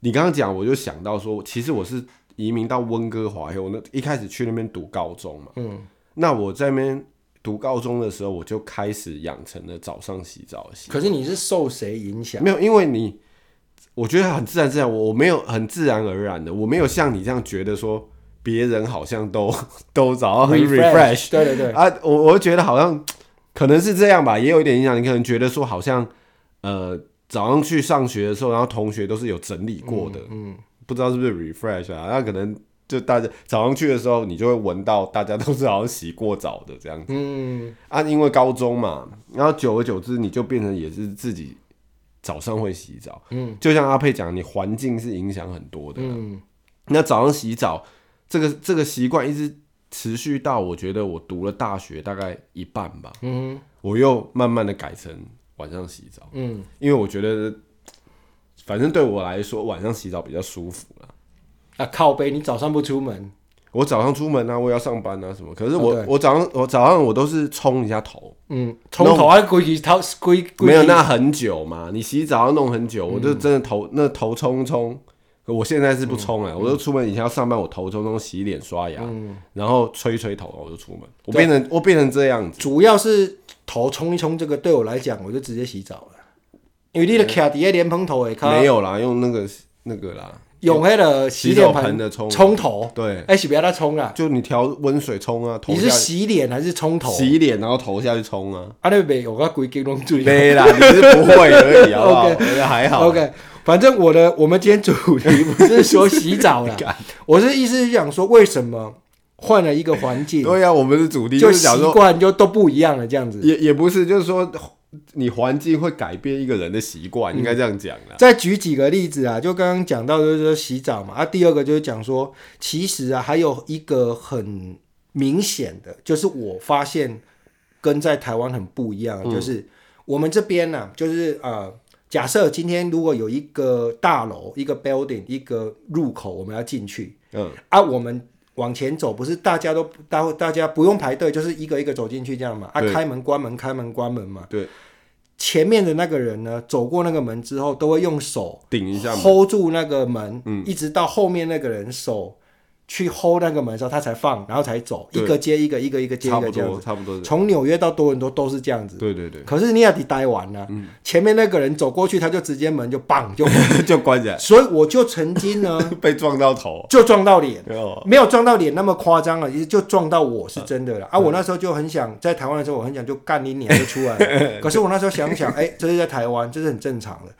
Speaker 2: 你刚刚讲，我就想到说，其实我是移民到温哥华以后，那一开始去那边读高中嘛，嗯，那我在那边读高中的时候，我就开始养成了早上洗澡的习
Speaker 1: 可是你是受谁影响？
Speaker 2: 没有，因为你，我觉得很自然，自然，我我没有很自然而然的，我没有像你这样觉得说别人好像都 都早哦上很 refresh，
Speaker 1: 对对对，
Speaker 2: 啊，我我就觉得好像可能是这样吧，也有一点影响。你可能觉得说好像呃早上去上学的时候，然后同学都是有整理过的，嗯，不知道是不是 refresh 啊？那可能就大家早上去的时候，你就会闻到大家都是好像洗过澡的这样子
Speaker 1: 嗯。
Speaker 2: 啊。因为高中嘛，然后久而久之，你就变成也是自己早上会洗澡，嗯，就像阿佩讲，你环境是影响很多的，啊
Speaker 1: 嗯，
Speaker 2: 那早上洗澡这个这个习惯一直持续到我觉得我读了大学大概一半吧，
Speaker 1: 嗯
Speaker 2: 我又慢慢的改成晚上洗澡，
Speaker 1: 嗯，
Speaker 2: 因为我觉得反正对我来说晚上洗澡比较舒服啦。
Speaker 1: 啊靠背，你早上不出门，
Speaker 2: 我早上出门啊，我也要上班啊什么，可是
Speaker 1: 哦
Speaker 2: 我、
Speaker 1: 对
Speaker 2: 我早上我早上我都是冲一下头，
Speaker 1: 嗯，从头啊规矩掏规规矩嗯
Speaker 2: 没有那很久嘛，你洗澡要弄很久，我就真的头、那头冲冲。可我现在是不冲
Speaker 1: 嗯
Speaker 2: 了，我就出门以前要上班，我头冲冲洗脸刷牙，然后吹吹头，我就出门。我变成我变成这样子，
Speaker 1: 主要是头冲一冲，这个对我来讲，我就直接洗澡了，因为你的卡底下莲蓬头诶，靠
Speaker 2: 没有啦，用那个那个啦，
Speaker 1: 用那个洗脸
Speaker 2: 洗手盆的冲啊
Speaker 1: 冲头，
Speaker 2: 对，
Speaker 1: 哎，是不要它冲啊？
Speaker 2: 就你调温水冲啊，头
Speaker 1: 你是
Speaker 2: 下
Speaker 1: 洗脸还是冲头？
Speaker 2: 洗脸然后头下去 冲啊，
Speaker 1: 啊，那边有个规矩拢注意。
Speaker 2: 没啦，你是不会而已，好不好？
Speaker 1: OK
Speaker 2: 我觉得还好。，
Speaker 1: OK，反正我的我们今天主题不是说洗澡了
Speaker 2: 干
Speaker 1: 我是意思是想说，为什么换了一个环境，
Speaker 2: 对啊呀，我们的主题
Speaker 1: 就是
Speaker 2: 讲
Speaker 1: 习
Speaker 2: 说，
Speaker 1: 惯就都不一样了，这样子。
Speaker 2: 也也不是，就是说你环境会改变一个人的习
Speaker 1: 嗯
Speaker 2: 惯，应该这样讲啦。
Speaker 1: 再举几个例子啊，就刚刚讲到就是说洗澡嘛，啊，第二个就是讲说，其实啊还有一个很明显的，就是我发现跟在台湾很不一样，就是我们这边呢、就是呃，假设今天如果有一个大楼、一个 building、一个入口，我们要进去，
Speaker 2: 嗯，
Speaker 1: 啊，我们往前走，不是大家都大大家不用排队，就是一个一个走进去这样嘛，啊，
Speaker 2: 对
Speaker 1: 开门关门开门关门嘛，
Speaker 2: 对，
Speaker 1: 前面的那个人呢，走过那个门之后，都会用手
Speaker 2: 顶一下嘛，嗯
Speaker 1: hold 住那个门，一直到后面那个人手去 hold 那个门的时候，他才放，然后才走，
Speaker 2: 对
Speaker 1: 一个接一个，一个一个接
Speaker 2: 差
Speaker 1: 一
Speaker 2: 不
Speaker 1: 个这样
Speaker 2: 多，
Speaker 1: 子。
Speaker 2: 差不多是。
Speaker 1: 从纽约到多伦多都是这样子。
Speaker 2: 对对嗯对，
Speaker 1: 可是你要得待完了、前面那个人走过去，他就直接门就绑就，
Speaker 2: 就关起来，
Speaker 1: 所以我就曾经呢
Speaker 2: 被撞到头。
Speaker 1: 就撞到脸。
Speaker 2: 哦，
Speaker 1: 没有撞到脸那么夸张啊了，也就撞到我是真的了啊！我那时候就很想在台湾的时候，我很想就干你脸就出来了。可是我那时候想想，哎、这是在台湾，这是很正常的。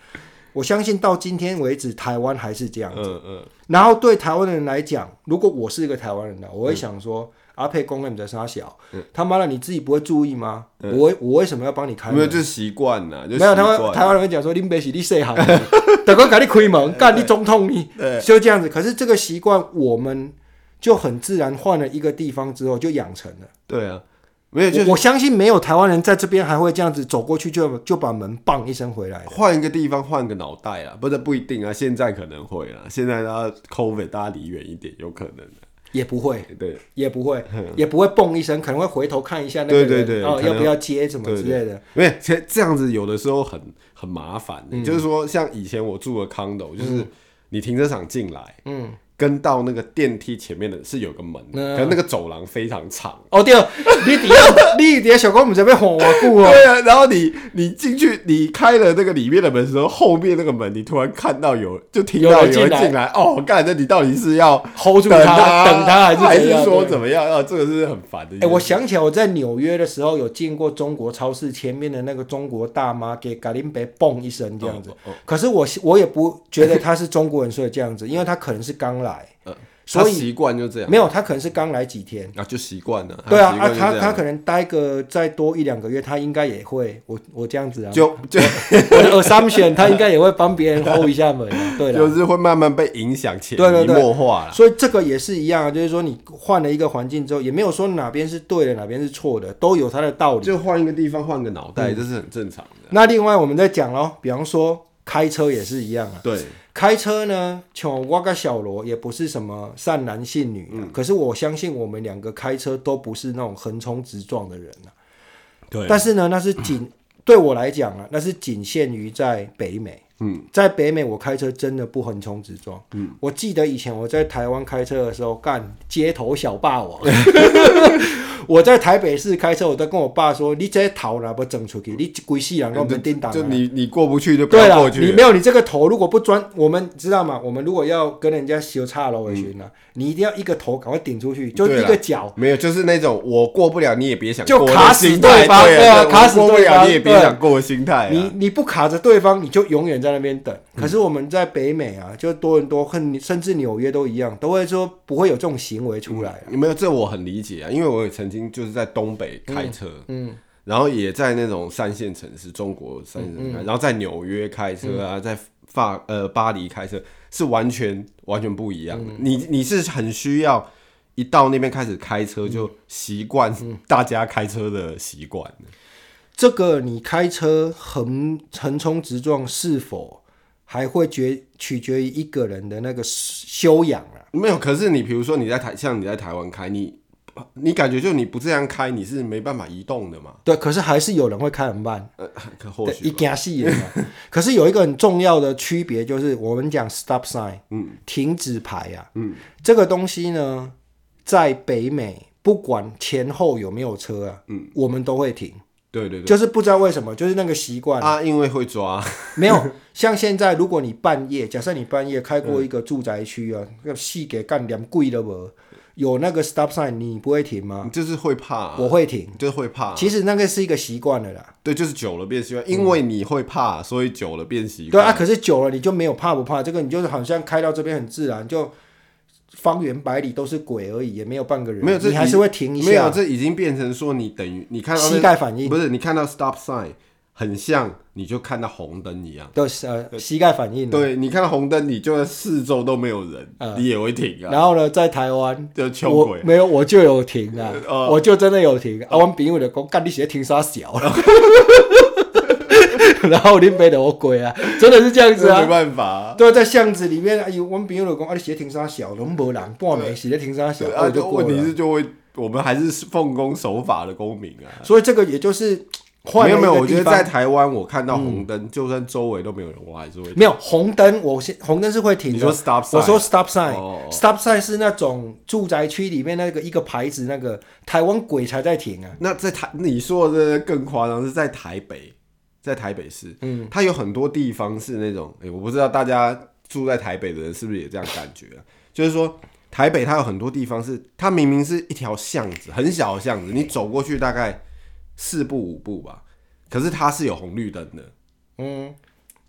Speaker 1: 我相信到今天为止，台湾还是这样。
Speaker 2: 嗯嗯，
Speaker 1: 然后对台湾人来讲，如果我是一个台湾人呢，我会想说，阿佩公你在杀小，他妈的你自己不会注意吗？我为我为什么要帮你开
Speaker 2: 没有
Speaker 1: 门？
Speaker 2: 就习惯了，就
Speaker 1: 没有，台湾
Speaker 2: 习惯
Speaker 1: 台湾人会讲说，你别洗，你谁好？ 等我给你开门，干你总统 你，就这样子。可是这个习惯，我们就很自然换了一个地方之后就养成了。
Speaker 2: 对啊，没有就
Speaker 1: 我我相信没有台湾人在这边还会这样子走过去就就把门棒一声回来。
Speaker 2: 换一个地方，换个脑袋啊，不是不一定啊，现在可能会啊，现在大家 COVID 大家离远一点，有可能的、
Speaker 1: 也不 会，
Speaker 2: 对，
Speaker 1: 也不会，也不会蹦一声，可能会回头看一下那个人，
Speaker 2: 对对对
Speaker 1: 哦
Speaker 2: 可能
Speaker 1: 要不要接什么
Speaker 2: 对
Speaker 1: 之
Speaker 2: 对
Speaker 1: 类的。
Speaker 2: 因为其实这样子有的时候很很麻烦、就是说像以前我住的 condo，就是你停车场进来，嗯，跟到那个电梯前面的是有个门，
Speaker 1: 嗯
Speaker 2: 可是那个走廊非常长。
Speaker 1: 哦对，你底下 你底下小公母在被哄我顾哦，
Speaker 2: 对啊，然后你你进去，你开了那个里面的门的时候，后面那个门你突然看到有，就听到
Speaker 1: 有人
Speaker 2: 有人
Speaker 1: 进来
Speaker 2: 进来，哦，干，那你到底是要
Speaker 1: hold 住
Speaker 2: 等
Speaker 1: 他， 等他
Speaker 2: 还
Speaker 1: 还是怎样
Speaker 2: 说
Speaker 1: 对
Speaker 2: 怎么样？啊，这个是很烦的一
Speaker 1: 哎、
Speaker 2: 件事。
Speaker 1: 我想起来，我在纽约的时候有进过中国超市前面的那个中国大妈，给嘎林北蹦一声这样子。
Speaker 2: 哦哦
Speaker 1: 可是我我也不觉得她是中国人，所以这样子，因为她可能是刚来，
Speaker 2: 呃，
Speaker 1: 所以
Speaker 2: 他习惯就这样
Speaker 1: 没有，她可能是刚来几天。
Speaker 2: 啊，就习惯了。
Speaker 1: 对啊，
Speaker 2: 习
Speaker 1: 啊，
Speaker 2: 惯就
Speaker 1: 她
Speaker 2: 这样
Speaker 1: 她可能待个再多一两个月，她应该也会，我我这样子啊，
Speaker 2: 就就
Speaker 1: 我的 assumption，她应该也会帮别人 hold 一下门啊，对
Speaker 2: 就
Speaker 1: 了。
Speaker 2: 是会慢慢被影响、潜
Speaker 1: 对
Speaker 2: 移
Speaker 1: 对对
Speaker 2: 默化了。
Speaker 1: 所以这个也是一样啊，就是说你换了一个环境之后，也没有说哪边是对的，哪边是错的，都有它的道理。
Speaker 2: 就换一个地方，换个脑袋，这是很正常的。
Speaker 1: 那另外我们再讲咯，比方说开车也是一样啊。
Speaker 2: 对，
Speaker 1: 开车呢，像我跟小罗也不是什么善男信女、啊，可是我相信我们两个开车都不是那种横冲直撞的人啊。
Speaker 2: 对
Speaker 1: 但是呢，那是仅 对我来讲啊，那是仅限于在北美。嗯，在北美我开车真的不横冲直撞。嗯，我记得以前我在台湾开车的时候，干街头小霸 王。我在台北市开车，我都跟我爸说：“你这头哪不整出去，你鬼世人跟我们叮当。”啊
Speaker 2: 就你你过不去就不
Speaker 1: 对
Speaker 2: 要
Speaker 1: 了
Speaker 2: 过，去
Speaker 1: 你。没有你这个头，如果不钻，我们知道嘛？我们如果要跟人家修岔楼为巡呢，你一定要一个头赶快顶出去，就
Speaker 2: 嗯对
Speaker 1: 一
Speaker 2: 啦
Speaker 1: 个脚
Speaker 2: 没有，就是那种我过不了，你也别想
Speaker 1: 就
Speaker 2: 过的
Speaker 1: 卡死
Speaker 2: 心态
Speaker 1: 对方
Speaker 2: 对
Speaker 1: 对啊卡
Speaker 2: 我
Speaker 1: 死
Speaker 2: 过不
Speaker 1: 对
Speaker 2: 了，
Speaker 1: 方
Speaker 2: 你也别
Speaker 1: 对
Speaker 2: 想过的心态啊。
Speaker 1: 你你不卡着对方，你就永远在那边等。
Speaker 2: 嗯
Speaker 1: 可是我们在北美啊，就多伦多恨，甚至纽约都一样，都会说不会有这种行为出来。
Speaker 2: 没有，这我很理解啊，因为我也曾经就是在东北开车，嗯，然后也在那种三线城市，中国三线城市开，然后在纽约开车啊，在法呃巴黎开车是完全完全不一样的。你你是很需要一到那边开始开车就习惯大家开车的习惯的，
Speaker 1: 这个你开车横横冲直撞是否还会决取决于一个人的那个修养啊？
Speaker 2: 没有。可是你比如说你在台像你在台湾开，你你感觉就你不这样开，你是没办法移动的嘛？
Speaker 1: 对，可是还是有人会开很慢，
Speaker 2: 呃，可或
Speaker 1: 对一
Speaker 2: 许吧
Speaker 1: 惊死人啊。 可是有一个很重要的区别，就是我们讲 stop sign，嗯，停止牌啊，嗯，这个东西呢，在北美不管前后有没有车啊，嗯，我们都会停，
Speaker 2: 对对
Speaker 1: 就是不知道为什么，就是那个习惯
Speaker 2: 对，。啊，因为会抓，
Speaker 1: 没有像现在，如果你半夜，假设你半夜开过一个住宅区
Speaker 2: 嗯
Speaker 1: 啊，那细给干点贵了不？有那个 stop sign，你不会停吗？
Speaker 2: 你就是会怕，
Speaker 1: 我会停。
Speaker 2: 你就是会怕，
Speaker 1: 其实那个是一个习惯了啦，
Speaker 2: 对，就是久了变习惯，因为你会怕，所以久了变习
Speaker 1: 对
Speaker 2: 惯。
Speaker 1: 啊。可是久了你就没有怕不怕，这个你就是好像开到这边很自然，就方圆百里都是鬼而已，也没有半个人，
Speaker 2: 没有这
Speaker 1: 你还是会停一
Speaker 2: 没有，
Speaker 1: 下，
Speaker 2: 这已经变成说你等于你看到
Speaker 1: 膝
Speaker 2: 那
Speaker 1: 盖反应，
Speaker 2: 不是你看到 stop sign 很像，你就看到红灯一样。
Speaker 1: 对，呃，膝盖反应。
Speaker 2: 对你看到红灯，你就算四周都没有人，你也会停啊，
Speaker 1: 然后呢，在台湾，
Speaker 2: 就
Speaker 1: 嗯
Speaker 2: 穷
Speaker 1: 我
Speaker 2: 鬼。哦
Speaker 1: 没有，我就有停 啊，我就真的有停。啊，我朋友就讲，干你写停啥小 了，然后林北的我鬼啊，真的是这样子
Speaker 2: 这没
Speaker 1: 啊。
Speaker 2: 办法啊，
Speaker 1: 对，在巷子里面，哎呦，我们朋友就讲，啊，你写停啥小，拢无人，半暝写停啥小，
Speaker 2: 对
Speaker 1: 啊
Speaker 2: 啊，
Speaker 1: 我就
Speaker 2: 就
Speaker 1: 过
Speaker 2: 问题
Speaker 1: 了。
Speaker 2: 是就会，我们还是奉公守法的公民啊。
Speaker 1: 所以这个也就是换
Speaker 2: 没
Speaker 1: 了一
Speaker 2: 有没
Speaker 1: 个
Speaker 2: 有，我觉
Speaker 1: 地
Speaker 2: 得
Speaker 1: 方嗯
Speaker 2: 在台湾，我看到红灯，就算周围都没有人，我还是会。
Speaker 1: 没有红灯，我先红灯是会停的。
Speaker 2: 你说 stop sign
Speaker 1: 我说 stop
Speaker 2: 哦
Speaker 1: sign，stop sign 是那种住宅区里面那个一个牌子，那个台湾鬼才在停啊。
Speaker 2: 那在台，你说的这个更夸张，是在台北，在台北市，嗯，它有很多地方是那种，哎、我不知道大家住在台北的人是不是也这样感觉、啊，就是说。台北它有很多地方是，它明明是一条巷子，很小的巷子，你走过去大概四步五步吧，可是它是有红绿灯的，
Speaker 1: 嗯，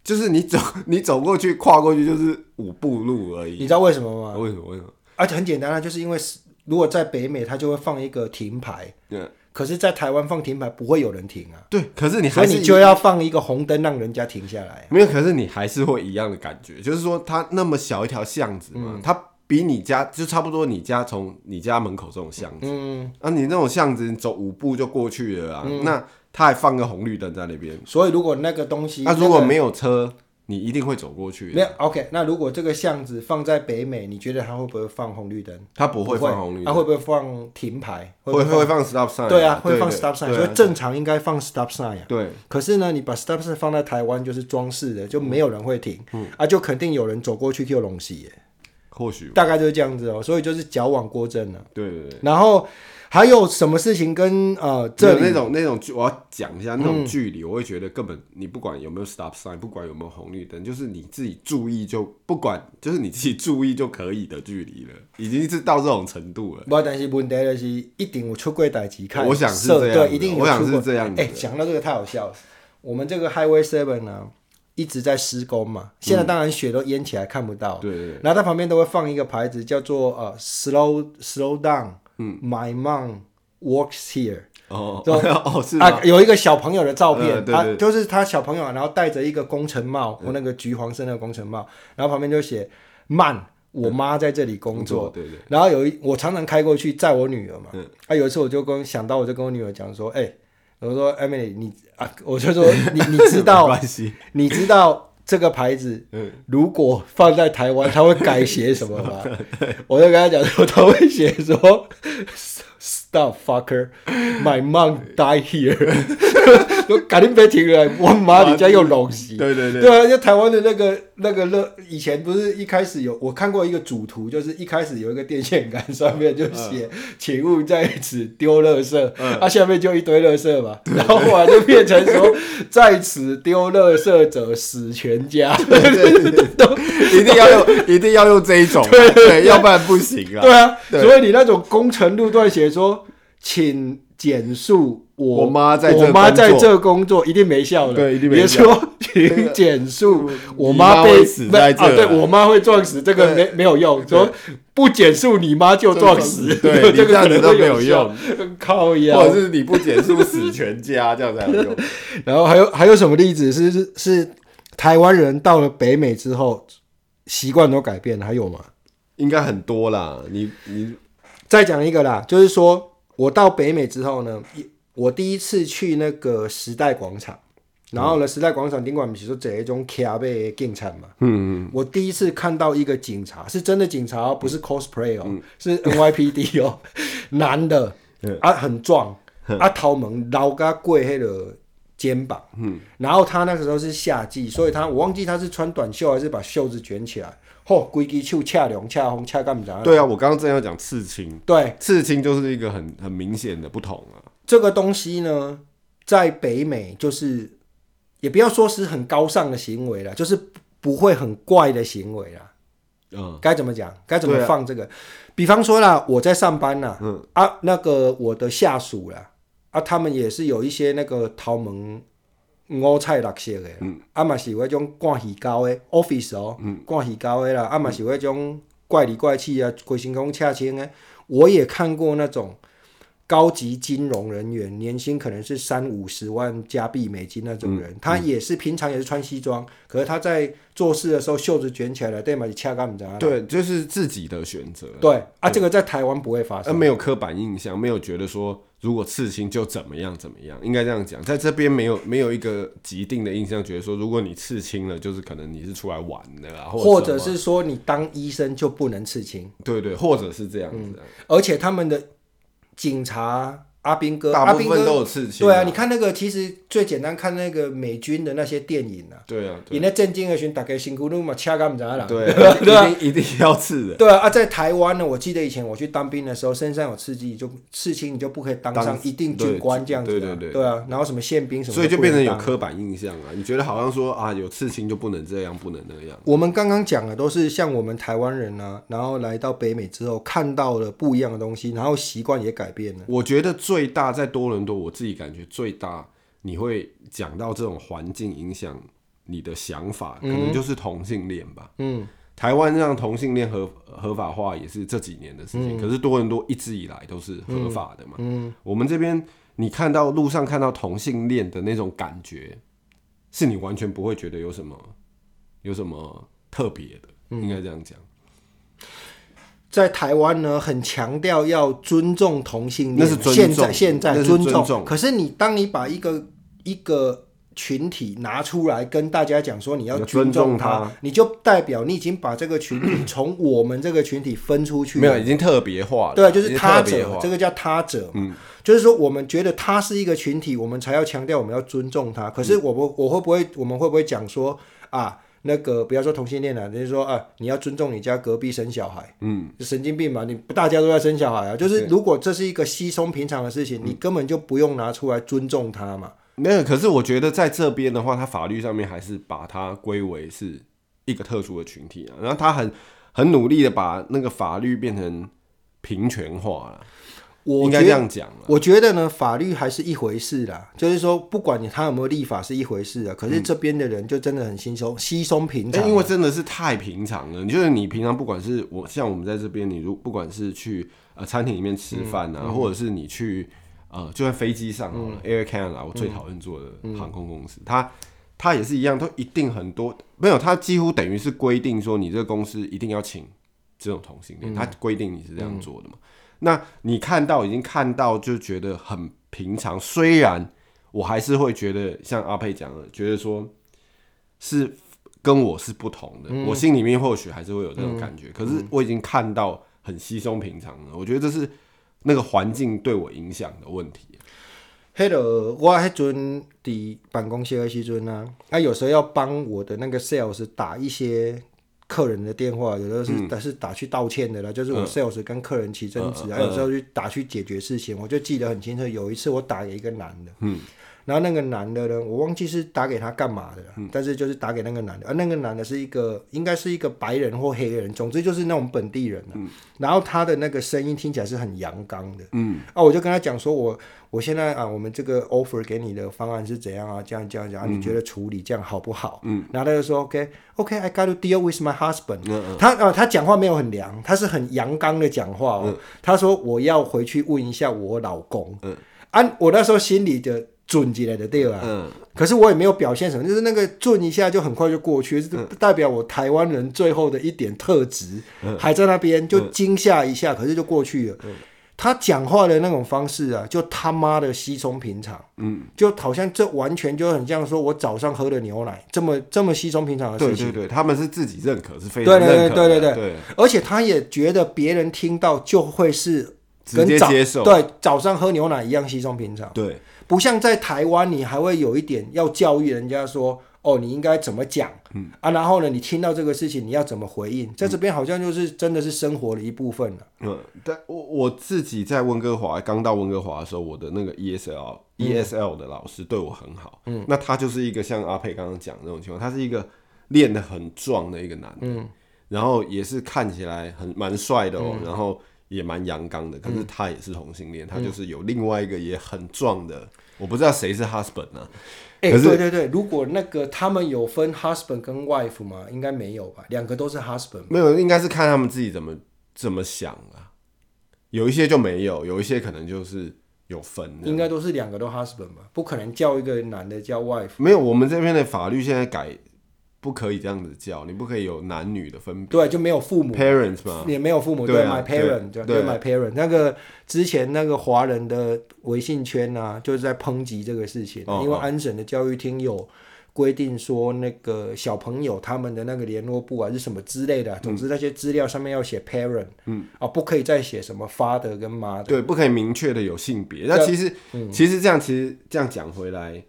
Speaker 2: 就是你走你走过去跨过去就是五步路而
Speaker 1: 你
Speaker 2: 已。
Speaker 1: 知道为什么吗？
Speaker 2: 为什么为什么？
Speaker 1: 而且很简单啊，就是因为是如果在北美，它就会放一个停牌，
Speaker 2: 嗯
Speaker 1: 可是，在台湾放停牌不会有人停啊，
Speaker 2: 对，可是你
Speaker 1: 所
Speaker 2: 还
Speaker 1: 以
Speaker 2: 是
Speaker 1: 你就要放一个红灯让人家停下来。
Speaker 2: 没有，可是你还是会一样的感觉，就是说它那么小一条巷子嘛，
Speaker 1: 嗯
Speaker 2: 它比你家就差不多，你家从你家门口这种巷子，
Speaker 1: 嗯，
Speaker 2: 啊，你那种巷子你走五步就过去了啊，那它还放个红绿灯在那边，
Speaker 1: 所以如果那个东西，
Speaker 2: 那、
Speaker 1: 那
Speaker 2: 啊如果
Speaker 1: 个
Speaker 2: 没有车，你一定会走过去
Speaker 1: 没
Speaker 2: 的，
Speaker 1: 有 OK，那如果这个巷子放在北美，你觉得它会不会放红绿灯？
Speaker 2: 它不会放红绿
Speaker 1: 它
Speaker 2: 灯，
Speaker 1: 会不会放停牌？
Speaker 2: 会
Speaker 1: 不
Speaker 2: 会
Speaker 1: 会
Speaker 2: 会放 stop sign，
Speaker 1: 放？对啊，会放
Speaker 2: 对
Speaker 1: stop sign，
Speaker 2: 对
Speaker 1: 所
Speaker 2: 啊
Speaker 1: 以正常应该放 stop sign 啊。
Speaker 2: 对，
Speaker 1: 可是呢，你把 stop sign 放在台湾就是装饰的，就没有人会停，
Speaker 2: 嗯
Speaker 1: 啊，就肯定有人走过去就龙戏耶，
Speaker 2: 或许，
Speaker 1: 大概就是这样子哦。所以就是矫枉过正了。
Speaker 2: 对对对。
Speaker 1: 啊然后还有什么事情跟呃这
Speaker 2: 没
Speaker 1: 里嗯
Speaker 2: 有那种那种距，我要讲一下那种距离，我会觉得根本你不管有没有 stop sign，不管有没有红绿灯，就是你自己注意就不管，就是你自己注意就可以的距离了，已经是到这种程度了。
Speaker 1: 不，但是问题就是一定有出柜代级看，
Speaker 2: 我想是
Speaker 1: 社
Speaker 2: 这样
Speaker 1: 对，
Speaker 2: 子
Speaker 1: 一定有
Speaker 2: 我想
Speaker 1: 出
Speaker 2: 是
Speaker 1: 柜
Speaker 2: 这样子
Speaker 1: 哎，讲到这个太好笑了，我们这个 Highway Seven 呢、一直在施工嘛，现
Speaker 2: 嗯
Speaker 1: 在当然雪都淹起来看不到，
Speaker 2: 对对对，
Speaker 1: 然后它旁边都会放一个牌子，叫做呃 slow slow down，嗯，my mom works here。
Speaker 2: 哦
Speaker 1: 就
Speaker 2: 哦是吗？
Speaker 1: 啊，有一个小朋友的照片，
Speaker 2: 呃对对
Speaker 1: 啊，就是他小朋友，然后戴着一个工程帽，我那个橘黄色那个工程帽，然后旁边就写慢，我妈在这里工作。
Speaker 2: 对嗯对，
Speaker 1: 然后有一我常常开过去载我女儿嘛，啊，有一次我就跟想到我就跟我女儿讲说，哎、我说 Emily，你啊，我就说你你知
Speaker 2: 没
Speaker 1: 道
Speaker 2: 关系，
Speaker 1: 你知道这个牌子，如果放在台湾，它会改写什么吗？我就跟她讲说，它会写说 Stop fucker, my mom die here，就 赶紧别停了，我妈你家又弄死。
Speaker 2: 对 对对，
Speaker 1: 对啊，就台湾的那个那个乐，以前不是一开始有我看过一个主图，就是一开始有一个电线杆上面就写
Speaker 2: 嗯
Speaker 1: “请勿在此丢垃圾”，它、下面就一堆垃圾嘛，然后后来就变成说“在此丢垃圾者死全家”，
Speaker 2: 一定要用一定要用这 一种，啊对，要不然不行啊。
Speaker 1: 对啊，
Speaker 2: 对
Speaker 1: 所以你那种工程路段写说“请减速”，我
Speaker 2: 我妈在
Speaker 1: 我
Speaker 2: 这
Speaker 1: 妈
Speaker 2: 工作
Speaker 1: 在这工作，一定没效的，
Speaker 2: 对一定没
Speaker 1: 别
Speaker 2: 效
Speaker 1: 说“请减速”，我
Speaker 2: 你
Speaker 1: 妈
Speaker 2: 妈
Speaker 1: 被
Speaker 2: 会死在这
Speaker 1: 啊，对我妈会撞死，这个没没有用，说不减速你妈就撞死，
Speaker 2: 对你
Speaker 1: 这个
Speaker 2: 这样子
Speaker 1: 可能会
Speaker 2: 都没
Speaker 1: 有
Speaker 2: 有
Speaker 1: 效
Speaker 2: 用，
Speaker 1: 靠
Speaker 2: 或
Speaker 1: 呀
Speaker 2: 者。是你不减速死全家，这样才有用。
Speaker 1: 然后还有还有什么例子是是是台湾人到了北美之后习惯都改变了，还有吗？
Speaker 2: 应该很多啦，你你
Speaker 1: 再讲一个啦，就是说我到北美之后呢，一我第一次去那个时代广场，然后呢，时代广场宾馆不是说这一种卡被警察嘛？嗯嗯。我第一次看到一个警察，是真的警察哦，不是 cosplay 哦，是 NYPD 哦，男的，啊，很壮，啊，头毛老个贵黑的肩膀，嗯。然后他那个时候是夏季，所以他我忘记他是穿短袖还是把袖子卷起来，吼、规矩手恰凉恰红恰干啥？
Speaker 2: 对啊，我刚刚正要讲刺青，啊
Speaker 1: 对，
Speaker 2: 刺青就是一个很很明显的不同啊。
Speaker 1: 这个东西呢，在北美就是，也不要说是很高尚的行为了，就是不不会很怪的行为啦。
Speaker 2: 嗯，
Speaker 1: 该怎么讲？该怎么
Speaker 2: 对啊
Speaker 1: 放这个？比方说啦，我在上班啦，嗯啊，那个我的下属啦，啊，他们也是有一些那个头毛五彩六色的啦，
Speaker 2: 嗯
Speaker 1: 啊嘛是有迄种挂鱼钩的 office 哦，挂鱼钩的啦，啊嘛是有迄种怪里怪气啊，鬼星空恰青的，我也看过那种。高级金融人员，年薪可能是三五十万加币美金那种人，
Speaker 2: 嗯
Speaker 1: 他也是平常也是穿西装，可是他在做事的时候袖子卷起来了，对嘛？你恰干知道吗？
Speaker 2: 对，就是自己的选择，
Speaker 1: 对啊，这个在台湾不会发
Speaker 2: 呃，
Speaker 1: 生。
Speaker 2: 没有刻板印象，没有觉得说如果刺青就怎么样怎么样，应该这样讲，在这边没有没有一个既定的印象，觉得说如果你刺青了，就是可能你是出来玩的啊，
Speaker 1: 或
Speaker 2: 者
Speaker 1: 者
Speaker 2: 什么
Speaker 1: 是说你当医生就不能刺青，
Speaker 2: 对对，或者是这样子啊、
Speaker 1: 而且他们的警察阿兵哥，
Speaker 2: 大
Speaker 1: 啊阿
Speaker 2: 部
Speaker 1: 兵
Speaker 2: 分都
Speaker 1: 哥，
Speaker 2: 有刺青、
Speaker 1: 对啊，你看那个其实最简单，看那个美军的那些电影啊，
Speaker 2: 对啊，
Speaker 1: 演那正经的时候，大家辛苦路嘛，掐干唔知道啦。
Speaker 2: 对啊，对啊，一定一定要刺的，
Speaker 1: 对啊，啊在台湾呢，我记得以前我去当兵的时候，身上有刺激就刺青，你就不可以当上
Speaker 2: 当
Speaker 1: 一定军官这样子、啊。
Speaker 2: 对对对
Speaker 1: 啊，然后什么宪兵什么，
Speaker 2: 所以就
Speaker 1: 不能
Speaker 2: 变成有
Speaker 1: 当
Speaker 2: 刻板印象啊，你觉得好像说啊，有刺青就不能这样，不能那样，
Speaker 1: 我们刚刚讲的都是像我们台湾人啊，然后来到北美之后看到了不一样的东西，然后习惯也改变了。
Speaker 2: 我觉得最大在多伦多，我自己感觉最大，你会讲到这种环境影响你的想法，可能就是同性恋吧。
Speaker 1: 嗯，
Speaker 2: 台湾让同性恋合合法化也是这几年的事
Speaker 1: 嗯
Speaker 2: 情，可是多伦多一直以来都是合法的嘛。嗯，我们这边你看到路上看到同性恋的那种感觉，是你完全不会觉得有什么有什么特别的，
Speaker 1: 嗯
Speaker 2: 应该这样讲。
Speaker 1: 在台湾呢，很强调要尊重同性恋，
Speaker 2: 那是尊重
Speaker 1: 现在现
Speaker 2: 那
Speaker 1: 在
Speaker 2: 是
Speaker 1: 尊
Speaker 2: 尊重
Speaker 1: 可是你当你把一个一个群体拿出来跟大家讲说你要
Speaker 2: 你要
Speaker 1: 尊
Speaker 2: 尊
Speaker 1: 重
Speaker 2: 重
Speaker 1: 他，你就代表你已经把这个群 体从我们这个群体分出去了
Speaker 2: 没有，已经特别化了。
Speaker 1: 对，啊就
Speaker 2: 已
Speaker 1: 是
Speaker 2: 经
Speaker 1: 他
Speaker 2: 特别
Speaker 1: 者
Speaker 2: 化，嗯
Speaker 1: 这个叫他者嘛，就是说我们觉得他是一个群体，我们才要强调我们要尊重他。可是
Speaker 2: 嗯
Speaker 1: 我不，我会不会，我们会不会讲说啊，那个不要说同性恋了、就是说啊，你要尊重你家隔壁生小孩，嗯，神经病嘛，你大家都在生小孩啊，就是如果这是一个稀松平常的事情，你根本就不用拿出来尊重他嘛。
Speaker 2: 没有，可是我觉得在这边的话，它法律上面还是把它归为是一个特殊的群体啊。然后他很很努力的把那个法律变成平权化了，
Speaker 1: 我
Speaker 2: 应
Speaker 1: 觉
Speaker 2: 该
Speaker 1: 得
Speaker 2: 这样讲啊了。
Speaker 1: 我觉得呢，法律还是一回事啦，就是说，不管你他有没有立法是一回事啊，可是这边的人就真的很稀松稀松平常
Speaker 2: 嗯
Speaker 1: 啊
Speaker 2: 哎但。因为真的是太平常了，你就是你平常不管是我像我们在这边，你如不管是去呃餐厅里面吃饭
Speaker 1: 嗯
Speaker 2: 啊，或者是你去呃就在飞机上好了、a i r Canada 我最讨厌坐的航空公司，
Speaker 1: 嗯
Speaker 2: 它它也是一样，都一定很多没有，它几乎等于是规定说你这个公司一定要请这种同性
Speaker 1: 嗯
Speaker 2: 恋，它规定你是这样做的嘛。那你看到已经看到就觉得很平常，虽然我还是会觉得像阿佩讲的，觉得说是跟我是不同的，
Speaker 1: 嗯
Speaker 2: 我心里面或许还是会有这种感觉。可是我已经看到很稀松平常了，我觉得这是那个环境对我影响的问题。
Speaker 1: 迄落我迄阵伫办公室的时阵啊，啊有时候要帮我的那个 sales 打一些客人的电话，有的是、但是打去道歉的啦，就是我 sales 跟客人起争执啊，有时候去打去解决事情，我就记得很清楚，有一次我打给一个男的，嗯，然后那个男的呢，我忘记是打给他干嘛的啦，但是就是打给那个男的，啊而、那个男的是一个应该是一个白人或黑人，总之就是那种本地人、啊然后他的那个声音听起来是很阳刚的，嗯，啊，我就跟他讲说我我现在啊，我们这个 offer 给你的方案是怎样啊？这样这样这样，你觉得处理这样好不好？嗯，然后他就说 OK OK I got to deal with my husband。他啊，他讲话没有很凉，他是很阳刚的讲话哦。他说我要回去问一下我老公。嗯，啊，我那时候心里的准起来的对吧？啊
Speaker 2: 嗯，
Speaker 1: 可是我也没有表现什么，就是那个顿一下就很快就过
Speaker 2: 嗯
Speaker 1: 去，这代表我台湾
Speaker 2: 嗯
Speaker 1: 人最后的一点特质、还在那边，就惊吓一下，可是就过去了。他讲话的那种方式啊，就他妈的稀松平常，嗯，就好像这完全就很像说我早上喝的牛奶这么这么稀松平常的
Speaker 2: 对
Speaker 1: 事情。
Speaker 2: 对对，他们是自己认可，是非常
Speaker 1: 啊对对对
Speaker 2: 认可的，
Speaker 1: 对对对
Speaker 2: 对，
Speaker 1: 而且他也觉得别人听到就会是
Speaker 2: 直
Speaker 1: 跟
Speaker 2: 接
Speaker 1: 早
Speaker 2: 接受，
Speaker 1: 对早上喝牛奶一样稀松平常，
Speaker 2: 对
Speaker 1: 不像在台湾，你还会有一点要教育人家说。哦，你应该怎么讲？嗯啊，然后呢，你听到这个事情，你要怎么回应？在这边好像就是真的是生活的一部分啊了。
Speaker 2: 嗯，但我我自己在温哥华刚到温哥华的时候，我的那个 E ESL
Speaker 1: 嗯
Speaker 2: ESL 的老师对我很好，嗯，那他就是一个像阿佩刚刚讲的那种情况，他是一个练得很壮的一个男的，
Speaker 1: 嗯
Speaker 2: 然后也是看起来很蛮帅的哦，然后也蛮阳刚的，
Speaker 1: 嗯
Speaker 2: 可是他也是同性恋，他就是有另外一个也很壮的，我不知道谁是 husband 啊，
Speaker 1: 哎、
Speaker 2: 可是
Speaker 1: 对对对，如果那个他们有分 husband 跟 wife 吗？应该没有吧，两个都是 husband。
Speaker 2: 没有，应该是看他们自己怎么怎么想啊，有一些就没有，有一些可能就是有分的。
Speaker 1: 应该都是两个都 husband 吧，不可能叫一个男的叫 wife。
Speaker 2: 没有，我们这边的法律现在改，不可以这样子叫，你不可以有男女的分
Speaker 1: 对，就没有父母，
Speaker 2: parents 嘛。
Speaker 1: 也没有父母，
Speaker 2: 对啊
Speaker 1: my parent，
Speaker 2: 对
Speaker 1: 对
Speaker 2: 对
Speaker 1: ，my parent。那个之前那个华人的微信圈啊，就是在抨击这个事情，
Speaker 2: 哦
Speaker 1: 因为安省的教育厅有规定说，那个小朋友他们的那个联络簿啊是什么之类的啊，总之那些资料上面要写 parent，嗯，啊，不可以再写什么 father 跟 mother。
Speaker 2: 对，不可以明确的有性别。那
Speaker 1: 对
Speaker 2: 其实，其实这样，其实这样讲回来，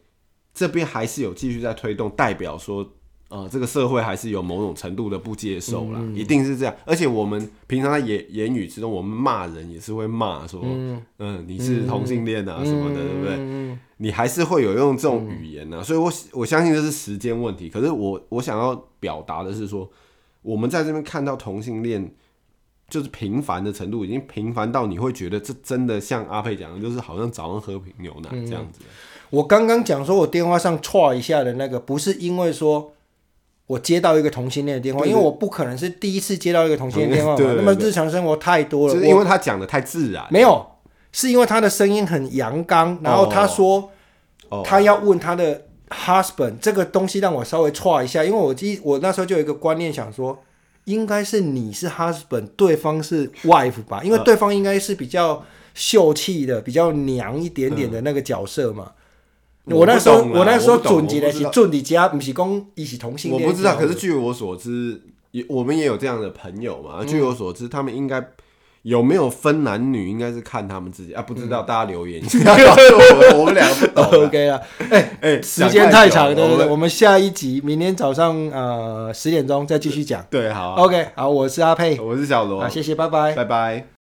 Speaker 2: 这边还是有继续在推动，代表说，呃，这个社会还是有某种程度的不接受啦，一定是这样。而且我们平常在言言语之中，我们骂人也是会骂说，嗯、你是同性恋啊什么的，对不对？你还是会有用这种语言呢、啊，所以我我相信这是时间问题。可是我我想要表达的是说，我们在这边看到同性恋就是频繁的程度，已经频繁到你会觉得这真的像阿佩讲的，就是好像早上喝瓶牛奶这样子。
Speaker 1: 我刚刚讲说我电话上歘一下的那个，不是因为说我接到一个同性恋的电话，
Speaker 2: 对对
Speaker 1: 因为我不可能是第一次接到一个同性恋的电话
Speaker 2: 对对
Speaker 1: 嘛。
Speaker 2: 对
Speaker 1: 那么日常生活太多了，
Speaker 2: 就是因为他讲的太自然
Speaker 1: 我，没有，是因为他的声音很阳刚，然后他说
Speaker 2: 哦，
Speaker 1: 他要问他的 husband 这个东西，让我稍微歘一下，因为我记我那时候就有一个观念想说。应该是你是 husband，对方是 wife 吧？因
Speaker 2: 啊
Speaker 1: 为对方应该是比较秀气的、比较娘一点点的那个角色嘛。我那时候，
Speaker 2: 嗯我不懂啊
Speaker 1: 我那时候
Speaker 2: 我不懂
Speaker 1: 准级
Speaker 2: 我
Speaker 1: 的
Speaker 2: 不
Speaker 1: 是
Speaker 2: 知道
Speaker 1: 准你家，不是讲一起同性
Speaker 2: 我
Speaker 1: 恋。
Speaker 2: 不知道。可是据我所知，也我们也有这样的朋友嘛。
Speaker 1: 嗯
Speaker 2: 据我所知，他们应该。有没有分男女，应该是看他们自己啊，不知道大家留言 一下，我我们两个不懂啊。
Speaker 1: 嗯 OK 了，哎、
Speaker 2: 哎，
Speaker 1: 时间太长了，
Speaker 2: 讲久
Speaker 1: 对对对，
Speaker 2: 了我们
Speaker 1: 我们下一集明天早上呃十点钟再继续讲。
Speaker 2: 对，好啊，
Speaker 1: OK，好，我是阿佩，
Speaker 2: 我是小罗
Speaker 1: 好，，谢谢，拜拜。
Speaker 2: 拜拜。